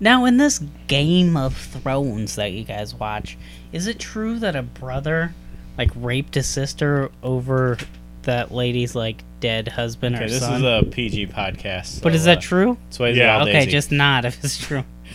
Speaker 3: Now, in this Game of Thrones that you guys watch, is it true that a brother like raped his sister over that lady's like dead husband
Speaker 2: Okay,
Speaker 3: or
Speaker 2: this
Speaker 3: son?
Speaker 2: is a PG podcast.
Speaker 3: but
Speaker 2: so,
Speaker 3: is that
Speaker 2: uh,
Speaker 3: true?
Speaker 2: Swayze
Speaker 4: Yeah.
Speaker 2: all
Speaker 3: Okay,
Speaker 2: daisy.
Speaker 3: just nod if it's true.